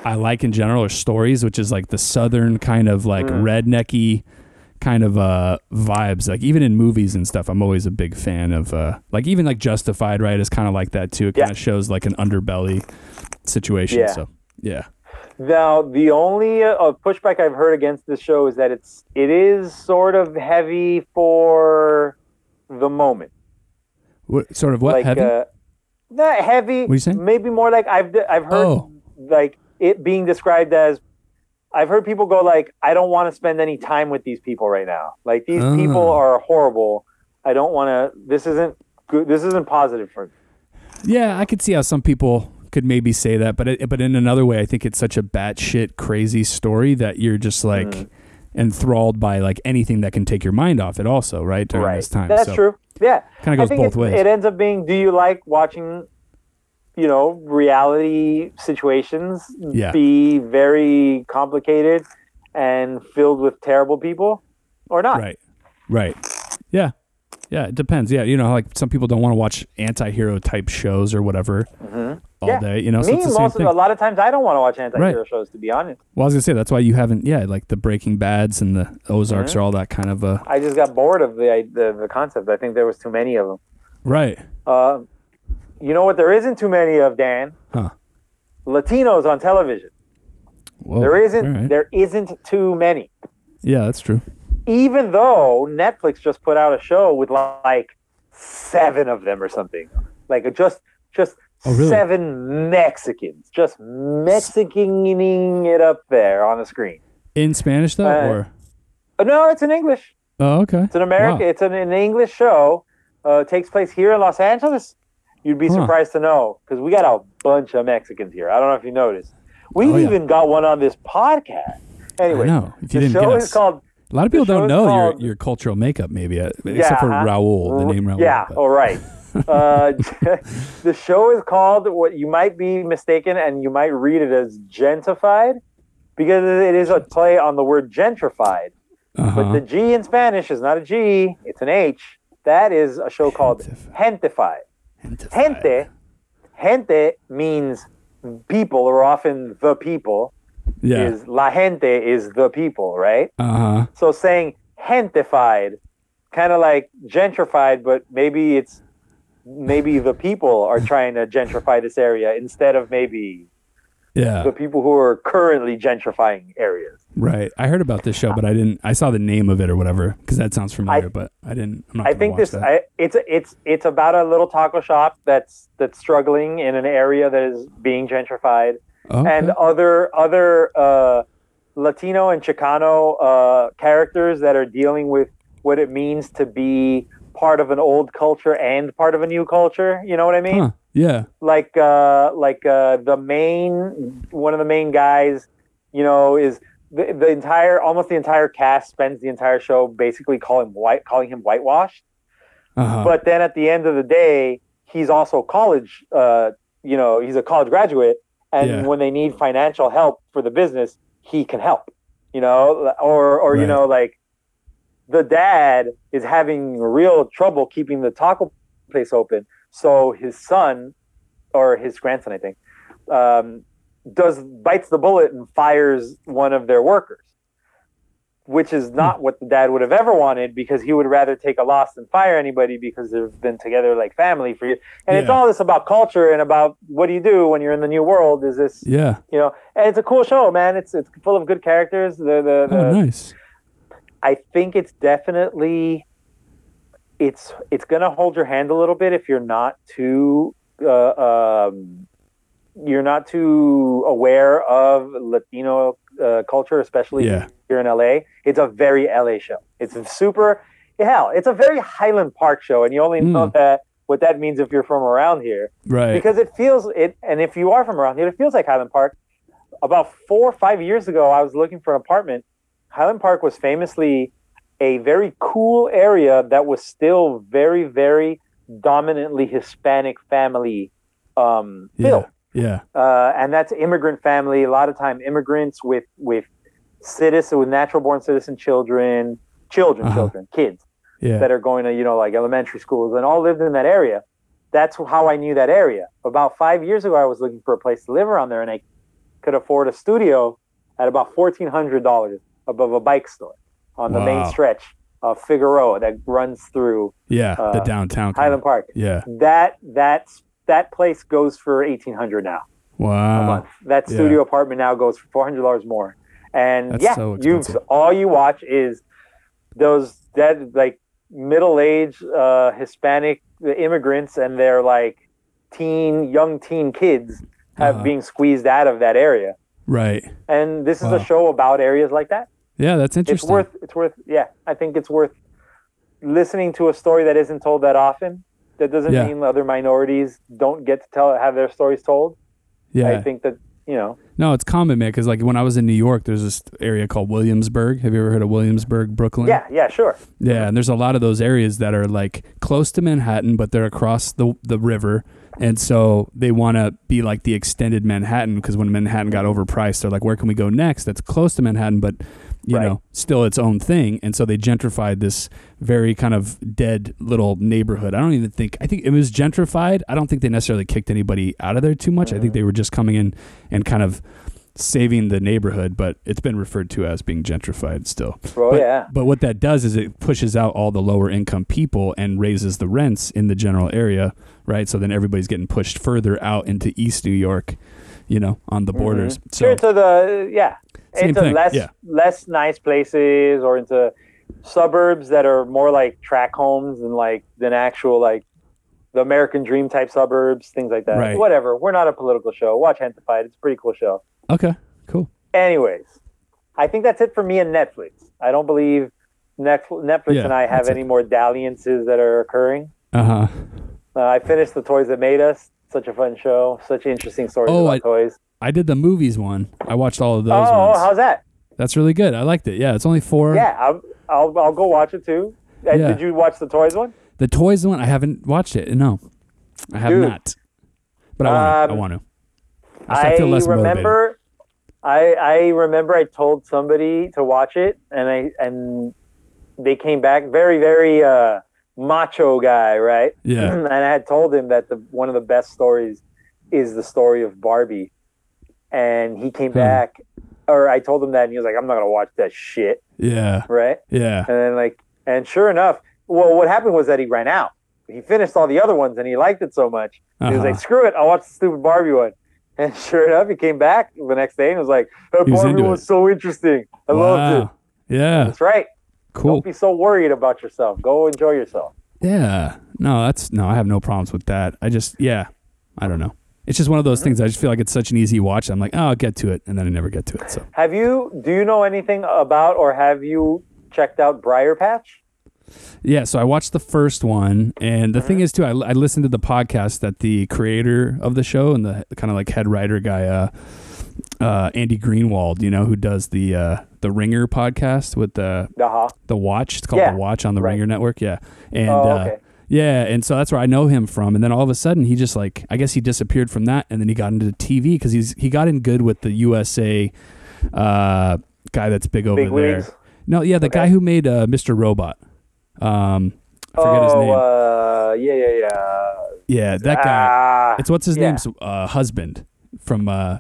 I like in general are stories, which is like the southern kind of like
Mm.
rednecky kind of uh vibes. Like even in movies and stuff, I'm always a big fan of uh like even like Justified, right, is kinda like that too. It
Yeah.
kinda shows like an underbelly situation.
Yeah.
So yeah.
Now, the only uh, pushback I've heard against this show is that it's it is sort of heavy for the moment.
What sort of what
like
heavy?
Uh, not heavy.
What are you saying?
Maybe more like I've I've heard
Oh.
like it being described as I've heard people go like, I don't want to spend any time with these people right now. Like these
Ah.
people are horrible. I don't want to. This isn't good. This isn't positive for me.
Yeah, I could see how some people could maybe say that, but it, but in another way, I think it's such a batshit crazy story that you're just like
Mm-hmm.
enthralled by like anything that can take your mind off it. Also, right during this time,
That's
So,
true. Yeah.
Kinda
I
goes
think
both
it's-
ways.
It ends up being, do you like watching, you know, reality situations
Yeah.
be very complicated and filled with terrible people or not?
Right, right, yeah, yeah. It depends. Yeah, you know, like some people don't want to watch anti-hero type shows or whatever all
Mm-hmm. Yeah.
day. You know, so
Me,
it's the same
most of,
thing.
a lot of times I don't want to watch anti-hero shows, to be honest.
well, I was gonna say that's why you haven't. Yeah, like the Breaking Bad's and the Ozarks
Mm-hmm.
are all that kind of uh
I just got bored of the, the, the concept. I think there was too many of them.
right.
Uh, you know what there isn't too many of, Dan?
Huh.
Latinos on television.
Whoa.
There isn't.
Oh, all right.
There isn't too many.
Yeah, that's true.
even though Netflix just put out a show with like seven of them or something, like just just
Oh, really?
seven Mexicans, just Mexicaning it up there on the screen.
In Spanish though,
Uh,
or
Oh, no, it's in English.
oh, okay.
It's an American. It's an, an English show. Uh, it takes place here in Los Angeles. You'd be
Huh.
surprised to know because we got a bunch of Mexicans here. I don't know if you noticed. We've
Oh, yeah.
even got one on this podcast. Anyway,
know, if you
the
didn't
show
guess.
is called
A lot of people
The show
don't
is
know
called-
your your cultural makeup, maybe, uh, except for
uh-huh.
Raul, the
R-
name Raul.
Yeah,
but-
all
[laughs]
right. uh, [laughs] the show is called what you might be mistaken, and you might read it as gentified because it is a play on the word gentrified. But
uh-huh.
the G in Spanish is not a G; it's an H. That is a show called Gentified. Gente, gente means people, or often the people.
yeah.
Is la gente is the people, right?
Uh huh.
So saying gentified, kind of like gentrified, but maybe it's maybe the people are trying to gentrify this area instead of maybe
Yeah.
the people who are currently gentrifying areas.
Right. I heard about this show, but I didn't. I saw the name of it or whatever because that sounds familiar,
I-
but I didn't. I'm not
I
gonna
think
watch
this
that.
I, it's it's it's about a little taco shop that's that's struggling in an area that is being gentrified,
Oh, Okay.
and other other uh, Latino and Chicano uh, characters that are dealing with what it means to be part of an old culture and part of a new culture. You know what I mean?
Huh. Yeah.
Like uh, like uh, the main one of the main guys, you know, is the, the entire almost the entire cast spends the entire show basically calling him white calling him whitewashed.
Uh huh.
But then at the end of the day, he's also college. Uh, you know, he's a college graduate, and
Yeah.
when they need financial help for the business, he can help. You know, or or you
Right.
know, like the dad is having real trouble keeping the taco place open, so his son or his grandson, I think, um, does bites the bullet and fires one of their workers which is not
Hmm.
what the dad would have ever wanted because he would rather take a loss than fire anybody because they've been together like family for years. And it's
Yeah.
all this about culture and about what do you do when you're in the new world? Is this
Yeah.
you know? And it's a cool show, man. It's it's full of good characters. The the, the
Oh, nice.
I think it's definitely it's it's gonna hold your hand a little bit if you're not too uh, um, you're not too aware of Latino uh, culture, especially
Yeah.
here in LA. It's a very LA show. It's a super hell. It's a very Highland Park show, and you only know
Mm.
that what that means if you're from around here
Right.
because it feels it and if you are from around here it feels like highland park about four or five years ago i was looking for an apartment highland park was famously a very cool area that was still very very dominantly hispanic family um
yeah.
built
Yeah.
uh, and that's immigrant family. A lot of time, immigrants with with citizen with natural born citizen children, children,
Uh-huh.
children, kids
Yeah.
that are going to you know like elementary schools and all lived in that area that's how i knew that area about five years ago i was looking for a place to live around there and i could afford a studio at about $1400 above a bike store on the
Wow.
main stretch of figueroa that runs through
yeah. the
uh,
downtown. kind of-
highland park
Yeah.
that that's that place goes for 1800 now a
Wow.
month. That
Uh, yeah.
studio apartment now goes for four hundred dollars more, and
That's
yeah,
so
you
expensive.
all you watch is those dead like middle aged uh, Hispanic immigrants and their like teen young teen kids have
Uh-huh.
being squeezed out of that area,
Right.
And this is
Wow.
a show about areas like that.
Yeah, that's
It's
interesting.
worth. It's worth. Yeah, I think it's worth listening to a story that isn't told that often. That doesn't
Yeah.
mean other minorities don't get to tell have their stories told.
yeah.
I think that you know.
no, it's common, man. Because like when I was in New York, there's this area called Williamsburg. Have you ever heard of Williamsburg, Brooklyn?
Yeah. Yeah. Sure.
Yeah, and there's a lot of those areas that are like close to Manhattan, but they're across the the river, and so they want to be like the extended Manhattan because when Manhattan got overpriced, they're like, where can we go next? That's close to Manhattan, but you
Right.
know, still its own thing, and so they gentrified this very kind of dead little neighborhood. I don't even think I think it was gentrified. I don't think they necessarily kicked anybody out of there too much. I think they were just coming in and kind of saving the neighborhood, but it's been referred to as being gentrified still.
Oh,
but,
yeah.
But what that does is it pushes out all the lower income people and raises the rents in the general area, right? So then everybody's getting pushed further out into East New York, you know, on the borders. So
Mm-hmm. sure, to the yeah,
Same
into
thing,
less
yeah.
less nice places or into suburbs that are more like track homes and like than actual like the American Dream type suburbs, things like that.
Right.
Whatever. We're not a political show. Watch Hentified. It's a pretty cool show.
okay, cool.
Anyways, I think that's it for me and Netflix. I don't believe Netf- Netflix
Yeah,
and I have
that's
any more dalliances that are occurring.
Uh huh.
Uh, I finished the toys that made us. Such a fun show. Such interesting stories
Oh,
about
I-
toys.
I did the movies one. I watched all of
Oh,
those
oh,
ones.
how's that?
That's really good. I liked it. Yeah, it's only four.
Yeah, I'm, I'll I'll go watch it too. And
Yeah.
Did you watch the toys one?
The toys one I haven't watched it. No, I have
Dude.
not. But I want
Um,
to. I want to. I, feel less motivated.
remember. I I remember I told somebody to watch it, and I and they came back very very uh, macho guy, right? [clears throat]
Yeah.
and I had told him that the one of the best stories is the story of Barbie, and he came
Hmm.
back, or I told him that, and he was like, "I'm not gonna watch that shit,"
Yeah.
right?
Yeah.
And then like, and sure enough, well, what happened was that he ran out. He finished all the other ones and he liked it so much. He was
Uh-huh.
like, screw it, I'll watch the stupid Barbie one. [laughs] And sure enough, he came back the next day and was like, that
He was
Barbie
into
was
it.
so interesting. I loved it.
Wow. Yeah.
That's right.
Cool.
Don't be so worried about yourself. Go enjoy yourself.
Yeah. No, that's no, I have no problems with that. I just yeah. I don't know. It's just one of those things I just feel like it's such an easy watch. I'm like, oh I'll get to it and then I never get to it. So
Have you, do you know anything about or have you checked out Briar Patch?
yeah, so I watched the first one and the thing is too, I, I listened to the podcast that the creator of the show and the kind of like head writer guy, uh uh Andy Greenwald, you know, who does the uh the ringer podcast with the
Uh-huh.
the watch. It's called
Yeah,
the watch on the
right.
Ringer Network. Yeah, and
Oh,
uh,
okay.
yeah, and so that's where I know him from. And then all of a sudden, he just like I guess he disappeared from that, and then he got into TV because he's he got in good with the USA uh, guy that's big over
Big
there.
wigs?
No, yeah, the guy who made uh, Mr. Robot. Um, I forget
oh,
his name.
Uh, yeah, yeah, yeah.
yeah, that guy.
Ah,
It's what's his
yeah.
name's uh, husband from uh,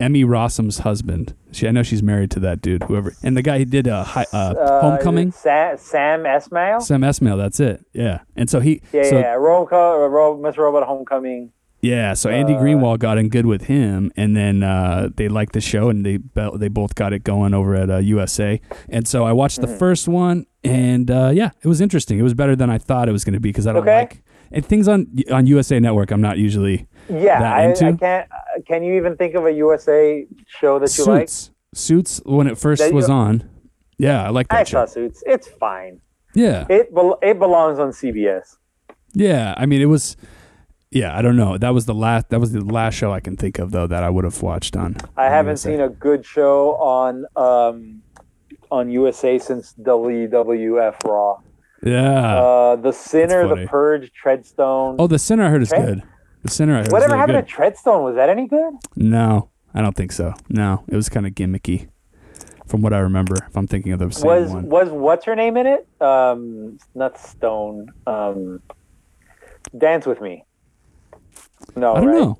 Emmy Rossum's husband. She, I know she's married to that dude. Whoever and the guy he did uh, hi, uh,
uh,
Homecoming.
Sa- Sam Esmail?
Sam Esmail, that's it. Yeah. And so he
Oh. Yeah,
so,
yeah, yeah. Rome, Co- uh, Ro- Mr. Robot Homecoming.
yeah, so
Uh,
Andy Greenwald got in good with him and then uh, they liked the show and they bo- they both got it going over at uh, USA. And so I watched the
Mm-hmm.
first one and uh, yeah, it was interesting. It was better than I thought it was going to be because I don't
Okay.
like and things on on USA network I'm not usually
Yeah,
That
I,
into?
I can't. Uh, can you even think of a USA show that you like?
Suits. Suits when it first
That you-
was on. Yeah, I like
I
that
saw
show.
Suits. It's fine.
Yeah.
It bel it belongs on CBS.
Yeah, I mean it was yeah, I don't know. That was the last that was the last show I can think of though that I would have watched on.
I
on
haven't
USA.
seen a good show on um, on USA since WWF Raw.
Yeah.
Uh, the Sinner,
Oh, funny.
The Purge, Treadstone.
Oh, the center I heard is
Okay.
good. The center I heard
Whatever
is really
happened
good.
to Treadstone? Was that any good?
no, I don't think so. No, it was kind of gimmicky, from what I remember. If I'm thinking of the same
was
one,
was what's her name in it? Um, not Stone. Um, Dance with me. No,
I don't
right?
know.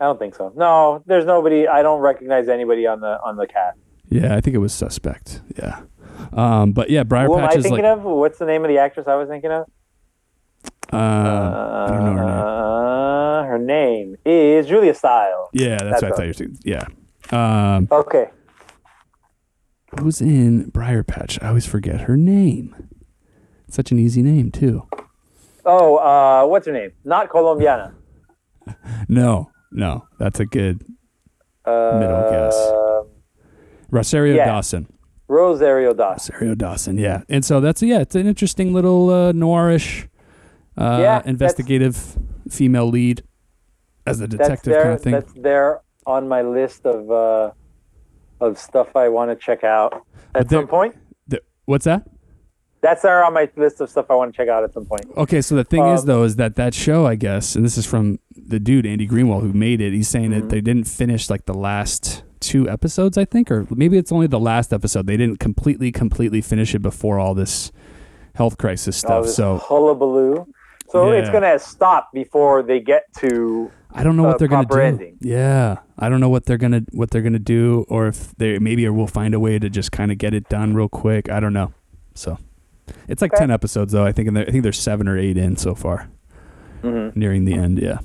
I don't think so. No, there's nobody. I don't recognize anybody on the on the cast.
Yeah, I think it was suspect. Yeah, um, but yeah, Briar
Who am I
Patch is
thinking
like
of? What's the name of the actress I was thinking of?
uh, I don't know her name.
Uh, her name is Julia Stiles.
Yeah, that's,
that's
what I
her.
thought you were thinking. Yeah. Um,
Okay,
who's in Briar Patch? I always forget her name. Such an easy name too.
Oh, uh, what's her name? Not Colombiana.
No, no, that's a good.
Uh,
Middle guess. Rosario
Yeah.
Dawson.
Um, Rosario Dawson.
Rosario Dawson, yeah. And so that's yeah, it's an interesting little uh, noirish uh,
Yeah, that's-
investigative female lead as a
That's
detective
there.
kind of thing.
That's there on my list of uh, of stuff I want to check out at
there-
some point.
The- what's that?
That's there on my list of stuff I want to check out at some point.
Okay, so the thing is
Um,
though is that that show, I guess, and this is from the dude Andy Greenwald who made it. He's saying
Mm-hmm.
that they didn't finish like the last two episodes, I think, or maybe it's only the last episode. They didn't completely completely finish it before all this health crisis
All
stuff.
this
Oh, So
hullabaloo. So it's
Yeah.
gonna stop before they get to
I don't know what
uh,
they're gonna do.
proper ending.
Yeah, I don't know what they're gonna what they're gonna do, or if they maybe we'll find a way to just kind of get it done real quick. I don't know. So it's like
Okay.
ten episodes though. I think and there- I think there's seven or eight in so far,
Mm-hmm.
nearing the end. Yeah.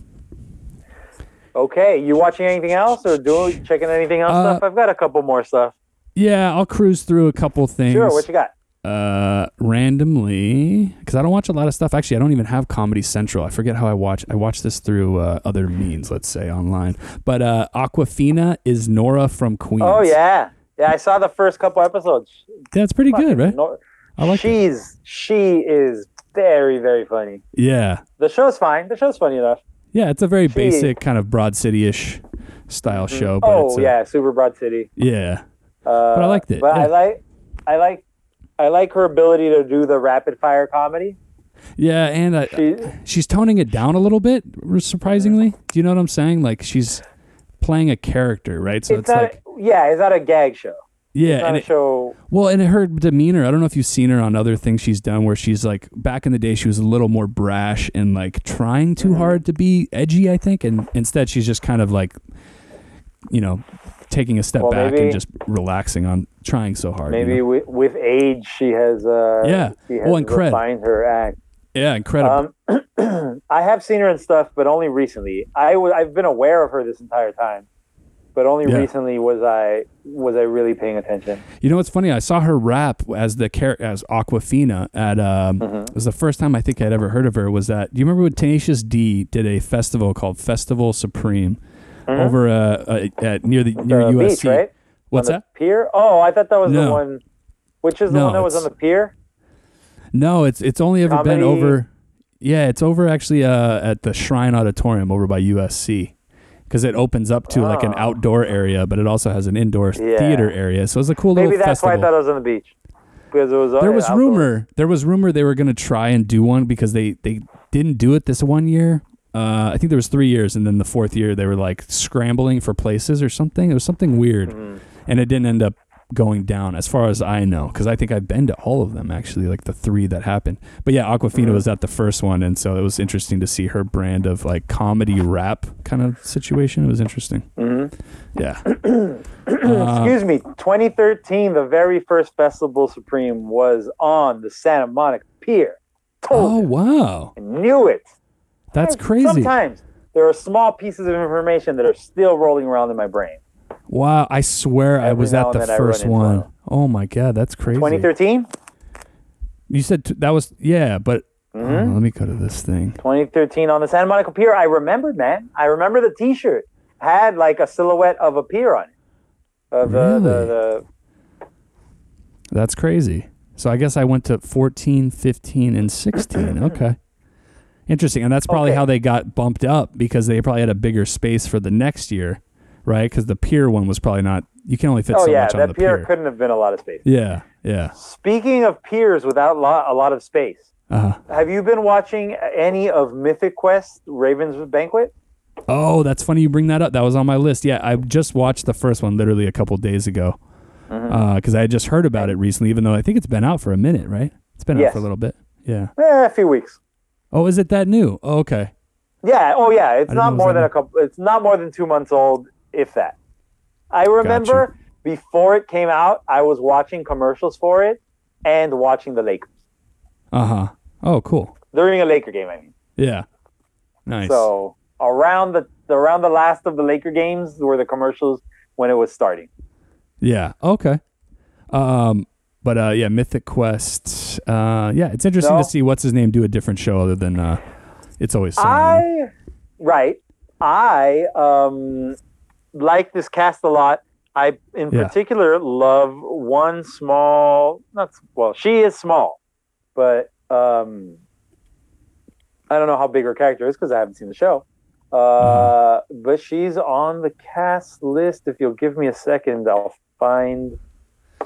Okay, you watching anything else or doing checking anything else?
Uh,
stuff? I've got a couple more stuff.
Yeah, I'll cruise through a couple things.
Sure, what you got?
uh, randomly, because I don't watch a lot of stuff. Actually, I don't even have Comedy Central. I forget how I watch. I watch this through uh, other means, let's say online. But uh, Aquafina is Nora from Queens.
Oh yeah, yeah. I saw the first couple episodes.
that's pretty good, right?
No,
I like. it.
she's she is very very funny.
Yeah,
The show's fine. The show's funny enough.
yeah. It's a very
She-
basic kind of broad city-ish style show. But it's
oh
a-
yeah, super broad city.
yeah.
Uh,
But I liked it,
But
yeah.
I like I like I like her ability to do the rapid fire comedy.
Yeah, and I,
She,
she's toning it down a little bit, r- surprisingly. Do you know what I'm saying? Like she's playing a character, right? So
it's,
it's,
not.
like,
a, yeah, it's not a gag show.
yeah,
It's not
and
a
it-
show.
Well, and her demeanor, I don't know if you've seen her on other things she's done where she's like back in the day she was a little more brash and like trying
Mm-hmm.
too hard to be edgy, I think, and instead she's just kind of like you know, taking a step
Well,
back
maybe-
and just relaxing on trying so hard. you
Maybe
know?
with, with age, she has. Uh,
Yeah.
She has
Well, and cred.
refined her act.
Yeah, incredible.
Um, [clears throat] I have seen her in stuff, but only recently. I w- I've been aware of her this entire time, but only
Yeah.
recently was I was I really paying attention.
You know what's funny? I saw her rap as the char- as Aquafina at um
Mm-hmm.
it was the first time I think I'd ever heard of her was that do you remember when Tenacious D did a festival called Festival Supreme over uh, uh at near the near
Mm-hmm. The
USC.
beach, right?
What's
on the
that?
Pier? Oh, I thought that was the
No.
one. Which is the
No,
one that was on
it's-
the pier?
No, it's it's only ever been
Comedy.
over yeah, it's over actually uh at the Shrine Auditorium over by USC. Because it opens up to like an outdoor area, but it also has an indoor
Ah. Yeah.
theater area. So it's a cool
Maybe
little
that's why
festival.
I thought it was on the beach. Because it was
there
uh,
was
outdoors.
rumor there was rumor they were going to try and do one because they they didn't do it this one year uh, i think there was three years and then the fourth year they were like scrambling for places or something it was something weird
Mm-hmm.
and it didn't end up going down as far as i know because i think i've been to all of them actually like the three that happened but yeah aquafina
Mm-hmm.
was at the first one and so it was interesting to see her brand of like comedy rap kind of situation it was interesting
[coughs]
yeah
Mm-hmm.
Uh,
Excuse me. 2013, the very first Festival Supreme was on the Santa Monica Pier.
oh
Told you.
wow
I knew it.
that's crazy
Sometimes there are small pieces of information that are still rolling around in my brain.
Wow, I swear I
Every
was
now
at
and
the
then I
first
run into
one.
them.
Oh my god, that's crazy.
2013?
You said t- that was yeah, but
Mm-hmm.
Hold on, let me go to this thing.
2013 on the Santa Monica Pier. I remembered, man. I remember the t shirt had like a silhouette of a pier on it. Of the,
Really?
the,
That's crazy. So I guess I went to 14, 15 and
[clears throat]
16. okay. Interesting. And that's probably
Okay.
how they got bumped up because they probably had a bigger space for the next year, right? Cuz the pier one was probably not you can only fit
the oh,
so
yeah.
much on
That
the
pier,
pier.
couldn't have been a lot of space.
yeah, yeah.
Speaking of piers without lo- a lot of space,
Uh-huh.
have you been watching any of Mythic Quest Raven's Banquet?
Oh, that's funny you bring that up. That was on my list. Yeah, I just watched the first one literally a couple days ago
Mm-hmm.
because I had just heard about it recently. Even though I think it's been out for a minute, right? It's been out
Yes.
for a little bit. Yeah.
Eh, a few weeks.
Oh, is it that new? Oh, okay.
Yeah. Oh, yeah. It's
I didn't know
not
it was
more
that
than a
old.
couple. It's not more than two months old, if that. I remember before it came out, I was watching commercials for it and watching the Lakers
Uh huh. Oh, cool.
during a Laker game. I mean,
Yeah. Nice.
so around the around the last of the Laker games were the commercials when it was starting.
Yeah. Okay. Um. But uh, yeah, Mythic Quest. Uh, yeah, it's interesting
No.
to see what's his name do a different show other than uh, it's always. Sunny.
I right. I um like this cast a lot. I, in
Yeah.
particular, love one small. Not s- well, she is small, but um, I don't know how big her character is because I haven't seen the show. Uh, but she's on the cast list. If you'll give me a second, I'll find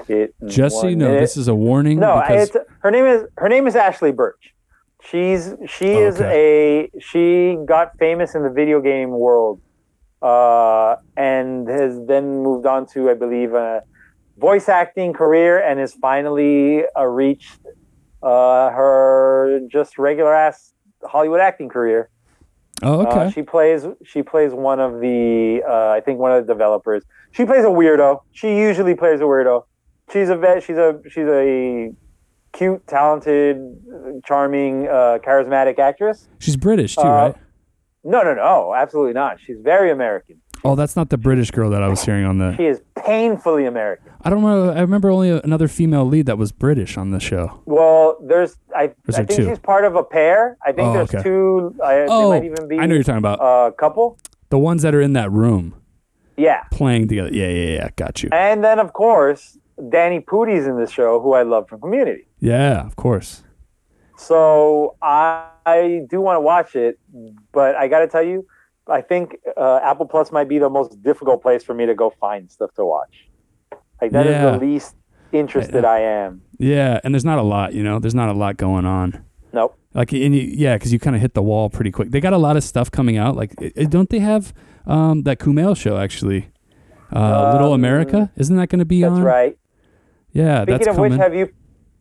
it. in
Just so you
one
know,
minute.
this is a warning.
No,
because
it's, her name is her name is Ashley Birch. She's she is a she got famous in the video game world, uh, and has then moved on to I believe a voice acting career, and has finally uh, reached uh, her just regular ass Hollywood acting career.
oh,
Uh,
okay.
she plays she plays one of the uh, I think one of the developers. She plays a weirdo. She usually plays a weirdo. She's a vet. She's a she's a cute, talented, charming, uh, charismatic actress.
She's British too,
uh,
right?
No, no, no, absolutely not. She's very American.
Oh, that's not the British girl that I was hearing on the.
She is painfully American.
I don't know. I remember only another female lead that was British on the show.
Well, there's I,
Is
I
there
think
two?
she's part of a pair. I think
Oh,
there's
okay.
two. I,
oh,
they might even be uh,
I know you're talking about
a couple.
the ones that are in that room
Yeah.
playing together. Yeah, yeah, yeah. Got you.
And then of course Danny Pooty's in the show, who I love from Community.
Yeah, of course.
So I, I do want to watch it, but I got to tell you, I think uh, Apple Plus might be the most difficult place for me to go find stuff to watch. Like that is
Yeah. uh,
the least interested I am.
Yeah, and there's not a lot, you know. There's not a lot going on.
Nope.
Like and you, yeah, because you kind of hit the wall pretty quick. They got a lot of stuff coming out. Like i- i- don't they have um, that Kumail show actually? Uh, Little America isn't that going to be
mm, That's
on?
right.
Yeah,
Speaking
that's
of
coming.
which, have you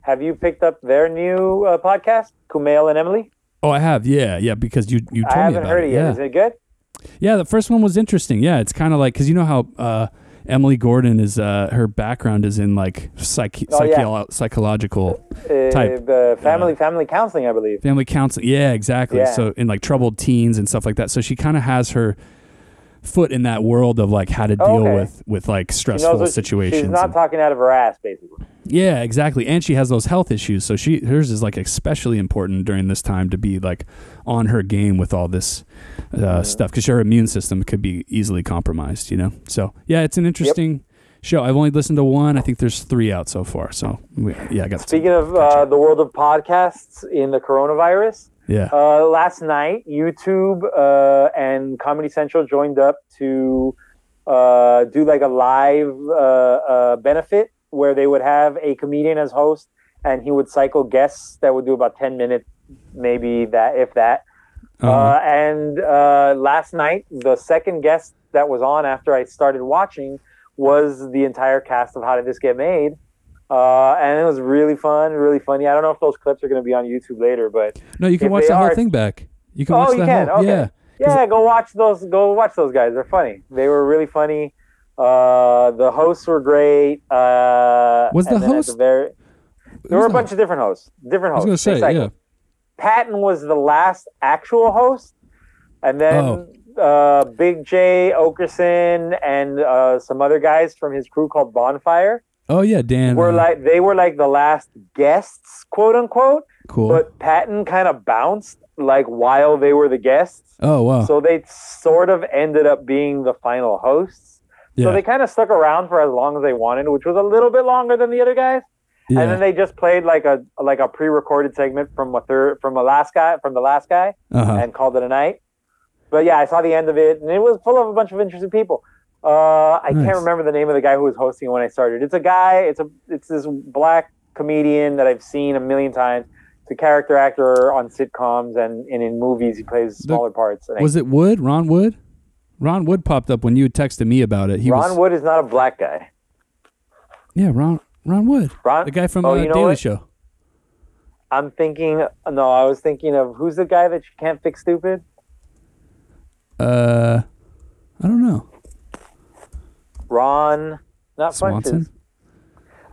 have you picked up their new uh, podcast, Kumail and Emily?
oh, I have. Yeah, yeah. Because you you told
I haven't
me about
heard it yet.
Yeah.
Is it good?
Yeah, the first one was interesting. Yeah, it's kind of like because you know how uh, Emily Gordon is uh, her background is in like psych-
Oh, yeah.
psycholo- psychological
Uh,
Type.
the family family counseling, I believe.
family counseling. Yeah, exactly.
Yeah.
So in like troubled teens and stuff like that. So she kind of has her foot in that world of like how to deal
Oh, okay.
with with like
She knows
stressful
what-
situations.
She's not
and-
talking out of her ass, basically.
yeah, exactly. And she has those health issues, so she hers is like especially important during this time to be like on her game with all this uh, stuff because her immune system could be easily compromised. You know, so yeah, it's an interesting show. I've only listened to one. I think there's three out so far. So we, yeah, I got
Speaking of uh, the world of podcasts in the coronavirus,
yeah.
Uh, last night, YouTube uh, and Comedy Central joined up to uh, do like a live uh, uh, benefit where they would have a comedian as host, and he would cycle guests that would do about ten minutes, maybe that if that. Uh,
Uh-huh.
and uh, last night, the second guest that was on after I started watching was the entire cast of How Did This Get Made. Uh, and it was really fun, really funny. I don't know if those clips are going to be on YouTube later, but
no, you can
if
watch
they
the whole
are-
thing back. You can
Oh,
watch
you
the
can?
whole
Okay.
yeah.
yeah, go watch those. Go watch those guys. They're funny. They were really funny. Uh, the hosts were great. Uh,
Was the
and then at
host-
very, there were a
the
bunch of different hosts. Different
I was
hosts.
gonna
They
say
cycled.
yeah.
Patton was the last actual host, and
Oh.
then uh, Big J Okerson and uh, some other guys from his crew called Bonfire
Oh yeah, Dan.
were
uh,
like they were like the last guests, quote unquote.
cool.
But Patton kind of bounced like while they were the guests.
oh wow.
So they sort of ended up being the final hosts.
yeah.
So they kind of stuck around for as long as they wanted, which was a little bit longer than the other guys.
yeah.
And then they just played like a like a pre-recorded segment from a third from a last guy from the last guy
uh-huh.
and called it a night. But yeah, I saw the end of it, and it was full of a bunch of interesting people. Uh, I
Nice.
can't remember the name of the guy who was hosting when I started. It's a guy. It's a it's this black comedian that I've seen a million times. It's a character actor on sitcoms and, and in movies. He plays
The-
smaller parts. And I
Was it Wood? Ron Wood? Ron Wood popped up when you had texted me about it. He
Ron
was,
Wood is not a black guy.
Yeah, Ron Ron Wood,
Ron,
the guy from
oh,
uh,
you know
Daily
what?
Show.
I'm thinking. No, I was thinking of who's the guy that you can't fix stupid.
Uh, I don't know.
Ron, not
Swanson,
Funches.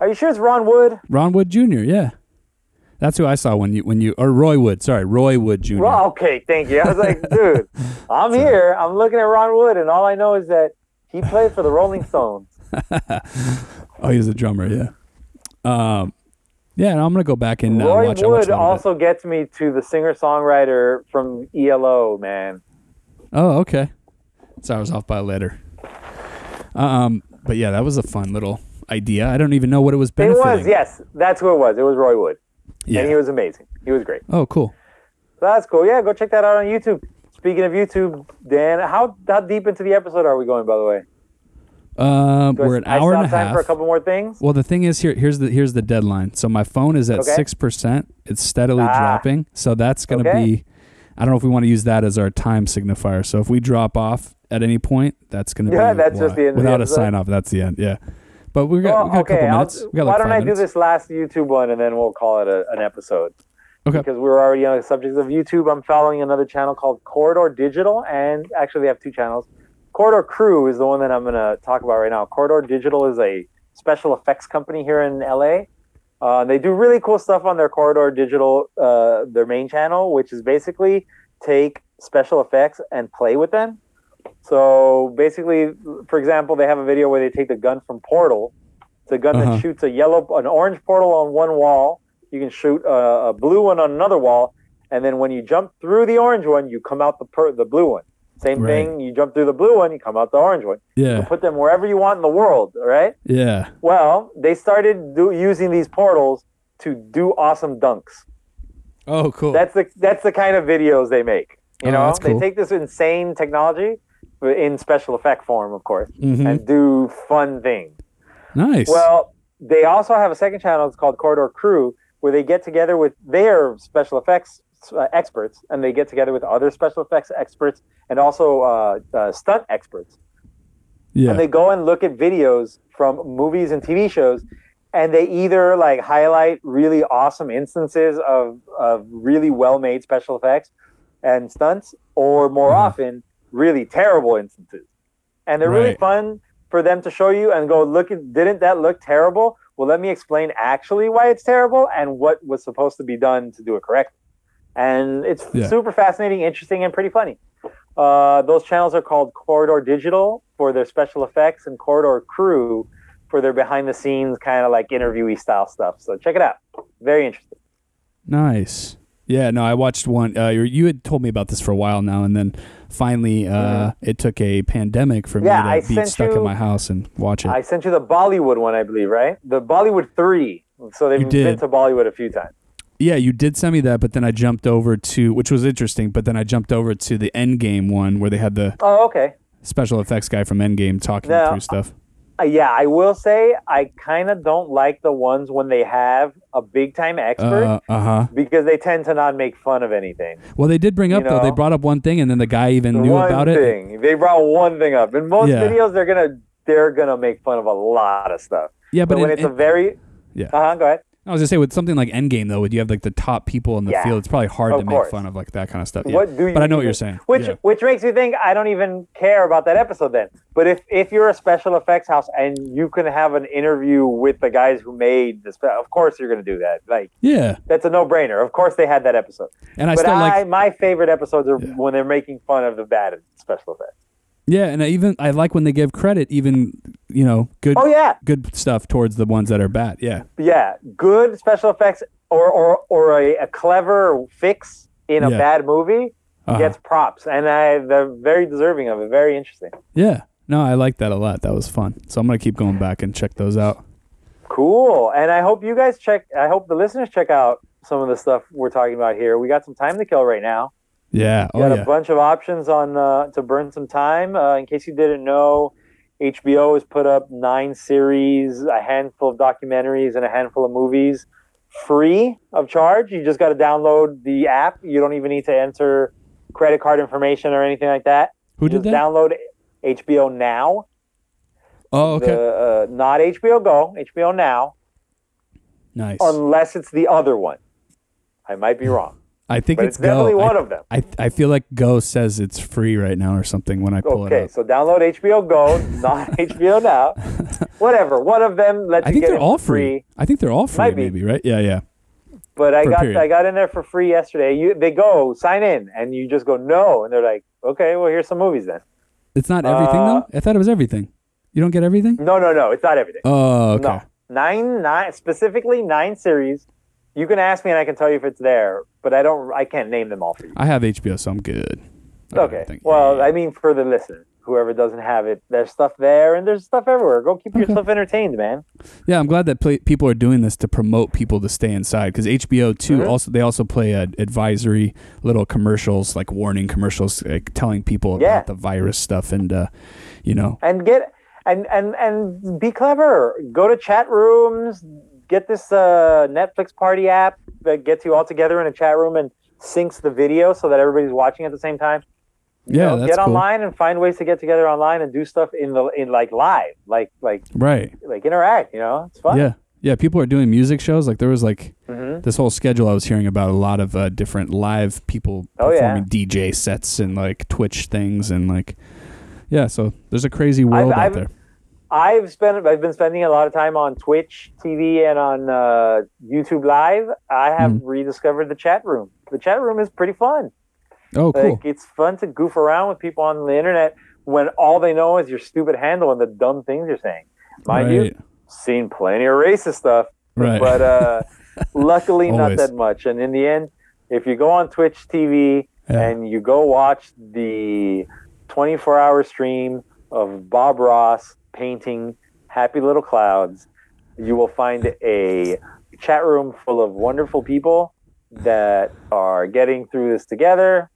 Are you sure it's Ron Wood?
Ron Wood Jr. Yeah, that's who I saw when you when you or Roy Wood. Sorry, Roy Wood Jr.
Ron, okay, thank you. I was
[laughs]
like, dude, I'm here. I'm looking at Ron Wood, and all I know is that he played for the Rolling
[laughs]
Stones.
Oh, he was a drummer. Yeah. Um, yeah, and I'm gonna go back and uh,
Roy
watch. I watched
Wood
a little bit.
also gets me to the singer-songwriter from ELO, man.
Oh, okay. Sorry, I was off by a letter. Um, but yeah, that was a fun little idea. I don't even know what it was
It
benefiting.
was, yes. That's who it was. It was Roy Wood.
Yeah.
And he was amazing. He was great.
oh, cool.
So that's cool. Yeah, go check that out on YouTube. Speaking of YouTube, Dan, how how deep into the episode are we going, by the way?
Um,
Do I-
we're an
I still
hour and a
have time
half.
for a couple more things.
Well, the thing is here. Here's the here's the deadline. So my phone is at
Okay.
six percent. It's steadily
Ah.
dropping. So that's gonna
Okay.
be. I don't know if we want to use that as our time signifier. So if we drop off at any point, that's gonna
Yeah,
be
that's just
why.
the end of the
without a
episode.
sign off. That's the end. Yeah, but we got,
Well,
we got a
okay,
couple
I'll-
minutes. We got like
why don't
five
I
minutes.
do this last YouTube one and then we'll call it a, an episode?
Okay.
Because we're already on the subject of YouTube. I'm following another channel called Corridor Digital, and actually they have two channels. Corridor Crew is the one that I'm going to talk about right now. Corridor Digital is a special effects company here in LA. Uh, they do really cool stuff on their Corridor Digital, uh, their main channel, which is basically take special effects and play with them. So basically, for example, they have a video where they take the gun from Portal. It's a gun
Uh-huh.
that shoots a yellow, an orange portal on one wall. You can shoot a, a blue one on another wall, and then when you jump through the orange one, you come out the per, the blue one. Same
Right.
thing. You jump through the blue one, you come out the orange one. You
Yeah,
put them wherever you want in the world, all right?
yeah.
Well, they started do, using these portals to do awesome dunks.
Oh, cool.
That's the that's the kind of videos they make. You
Oh,
know,
that's
they
cool.
take this insane technology in special effect form, of course,
Mhm.
and do fun things.
nice.
Well, they also have a second channel. It's called Corridor Crew, where they get together with their special effects uh, experts, and they get together with other special effects experts and also uh, uh, stunt experts,
yeah.
and they go and look at videos from movies and TV shows, and they either like highlight really awesome instances of, of really well made special effects and stunts, or more
Uh-huh.
often really terrible instances. And they're really
Right.
fun for them to show you and go look. At, didn't that look terrible? Well, let me explain actually why it's terrible and what was supposed to be done to do it correctly. And it's
Yeah.
super fascinating, interesting, and pretty funny. Uh, those channels are called Corridor Digital for their special effects and Corridor Crew for their behind the scenes kind of like interviewee style stuff. So check it out. Very interesting.
Nice. Yeah, no, I watched one. Uh, you- you had told me about this for a while now, and then finally, uh, it took a pandemic for
Mm-hmm. Yeah, I
me to be
sent
stuck in
you-
my house and watch it.
I sent you the Bollywood one, I believe, right? The Bollywood 3. So they've
You
been
did.
to Bollywood a few times.
yeah, you did send me that, but then I jumped over to, which was interesting, but then I jumped over to the Endgame one where they had the
Oh, okay.
special effects guy from Endgame talking
No.
through stuff.
Uh, yeah, I will say I kind of don't like the ones when they have a big time expert
Uh huh.
because they tend to not make fun of anything.
Well, they did bring
You
up, though, they
know.
brought up one thing, and then the guy even knew
one
about it.
thing. They brought one thing up. In most
Yeah.
videos, they're gonna they're gonna make fun of a lot of stuff.
Yeah,
But,
but
when
in-
it's a
in-
very
Yeah.
uh-huh, go ahead.
I was gonna say with something like Endgame though, would you have like the top people in the
Yeah,
field? It's probably hard
of
to
course.
make fun of like that kind of stuff. Yeah.
What do you?
but I know what
even-
you're saying.
Which
Yeah.
which makes me think I don't even care about that episode then. But if if you're a special effects house and you can have an interview with the guys who made the spe- of course you're gonna do that. Like
Yeah.
that's a no brainer. Of course they had that episode.
And I
but
still like
I my favorite episodes are
Yeah.
when they're making fun of the bad special effects.
Yeah, and I even I like when they give credit, even you know, good
Oh yeah,
good stuff towards the ones that are bad. Yeah,
yeah, good special effects or or, or a, a clever fix in a
Yeah.
bad movie
Uh-huh.
gets props, and I they're very deserving of it. Very interesting.
yeah. No, I like that a lot. That was fun. So I'm gonna keep going back and check those out.
Cool, and I hope you guys check. I hope the listeners check out some of the stuff we're talking about here. We got some time to kill right now.
Yeah. Oh
got
yeah.
a bunch of options on uh, to burn some time. Uh, in case you didn't know, HBO has put up nine series, a handful of documentaries, and a handful of movies free of charge. You just got to download the app. You don't even need to enter credit card information or anything like that.
Who
You
did
just
that?
Download HBO Now.
oh okay.
The, uh, not HBO Go, HBO Now,
nice.
unless it's the other one. I might be wrong,
I think
but
it's,
it's, definitely
Go.
one
I,
of them.
I I feel like Go says it's free right now or something when I pull
Okay,
it up.
so download HBO Go,
[laughs]
not HBO Now. Whatever, one of them lets
I
you
think
get
they're
it
all
for
free. I think they're all free.
Might be.
Maybe right? Yeah, yeah.
But I
for a
got
period.
I got in there for free yesterday. You they go sign in, and you just go no, and they're like, okay, well here's some movies then.
It's not everything
Uh,
though. I thought it was everything. You don't get everything.
No, no, no, it's not everything.
Oh okay.
No, nine nine specifically nine series. You can ask me, and I can tell you if it's there. But I don't. I can't name them all for you.
I have HBO, so I'm good. I don't
Okay.
think-
Well, I mean for the listener. whoever doesn't have it, there's stuff there and there's stuff everywhere. Go keep yourself entertained, man.
Yeah, I'm glad that play, people are doing this to promote people to stay inside because HBO too. Also, they also play uh, advisory little commercials, like warning commercials, like telling people
Yeah.
about the virus stuff, and uh, you know,
And get and and and be clever. Go to chat rooms. Get this uh, Netflix party app that gets you all together in a chat room and syncs the video so that everybody's watching at the same time. You
yeah,
know,
that's
get
cool.
online and find ways to get together online and do stuff in the in like live, like like
right?
like interact. You know, it's fun.
Yeah, yeah. People are doing music shows. Like there was like
Mhm.
this whole schedule I was hearing about a lot of uh, different live people
Oh, yeah.
performing DJ sets and like Twitch things and like yeah. So there's a crazy world out
I've-
there.
I've spent I've been spending a lot of time on Twitch TV and on uh, YouTube Live. I have
Mm-hmm.
rediscovered the chat room. The chat room is pretty fun.
Oh, cool.
Like it's fun to goof around with people on the internet when all they know is your stupid handle and the dumb things you're saying. Mind
Right.
you, seen plenty of racist stuff,
Right.
but
[laughs]
uh, luckily not
Always.
that much. And in the end, if you go on Twitch TV
Yeah.
and you go watch the 24 hour stream of Bob Ross painting Happy Little Clouds, you will find a chat room full of wonderful people that are getting through this together.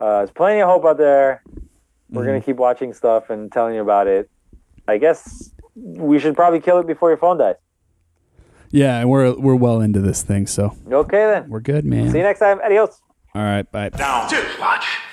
Uh, there's plenty of hope out there. We're
Mm-hmm.
going to keep watching stuff and telling you about it. I guess we should probably kill it before your phone dies.
Yeah, and we're we're well into this thing, so
Okay, then.
we're good, man.
See you next time. Adios.
All right, bye.
Down. Two. Watch.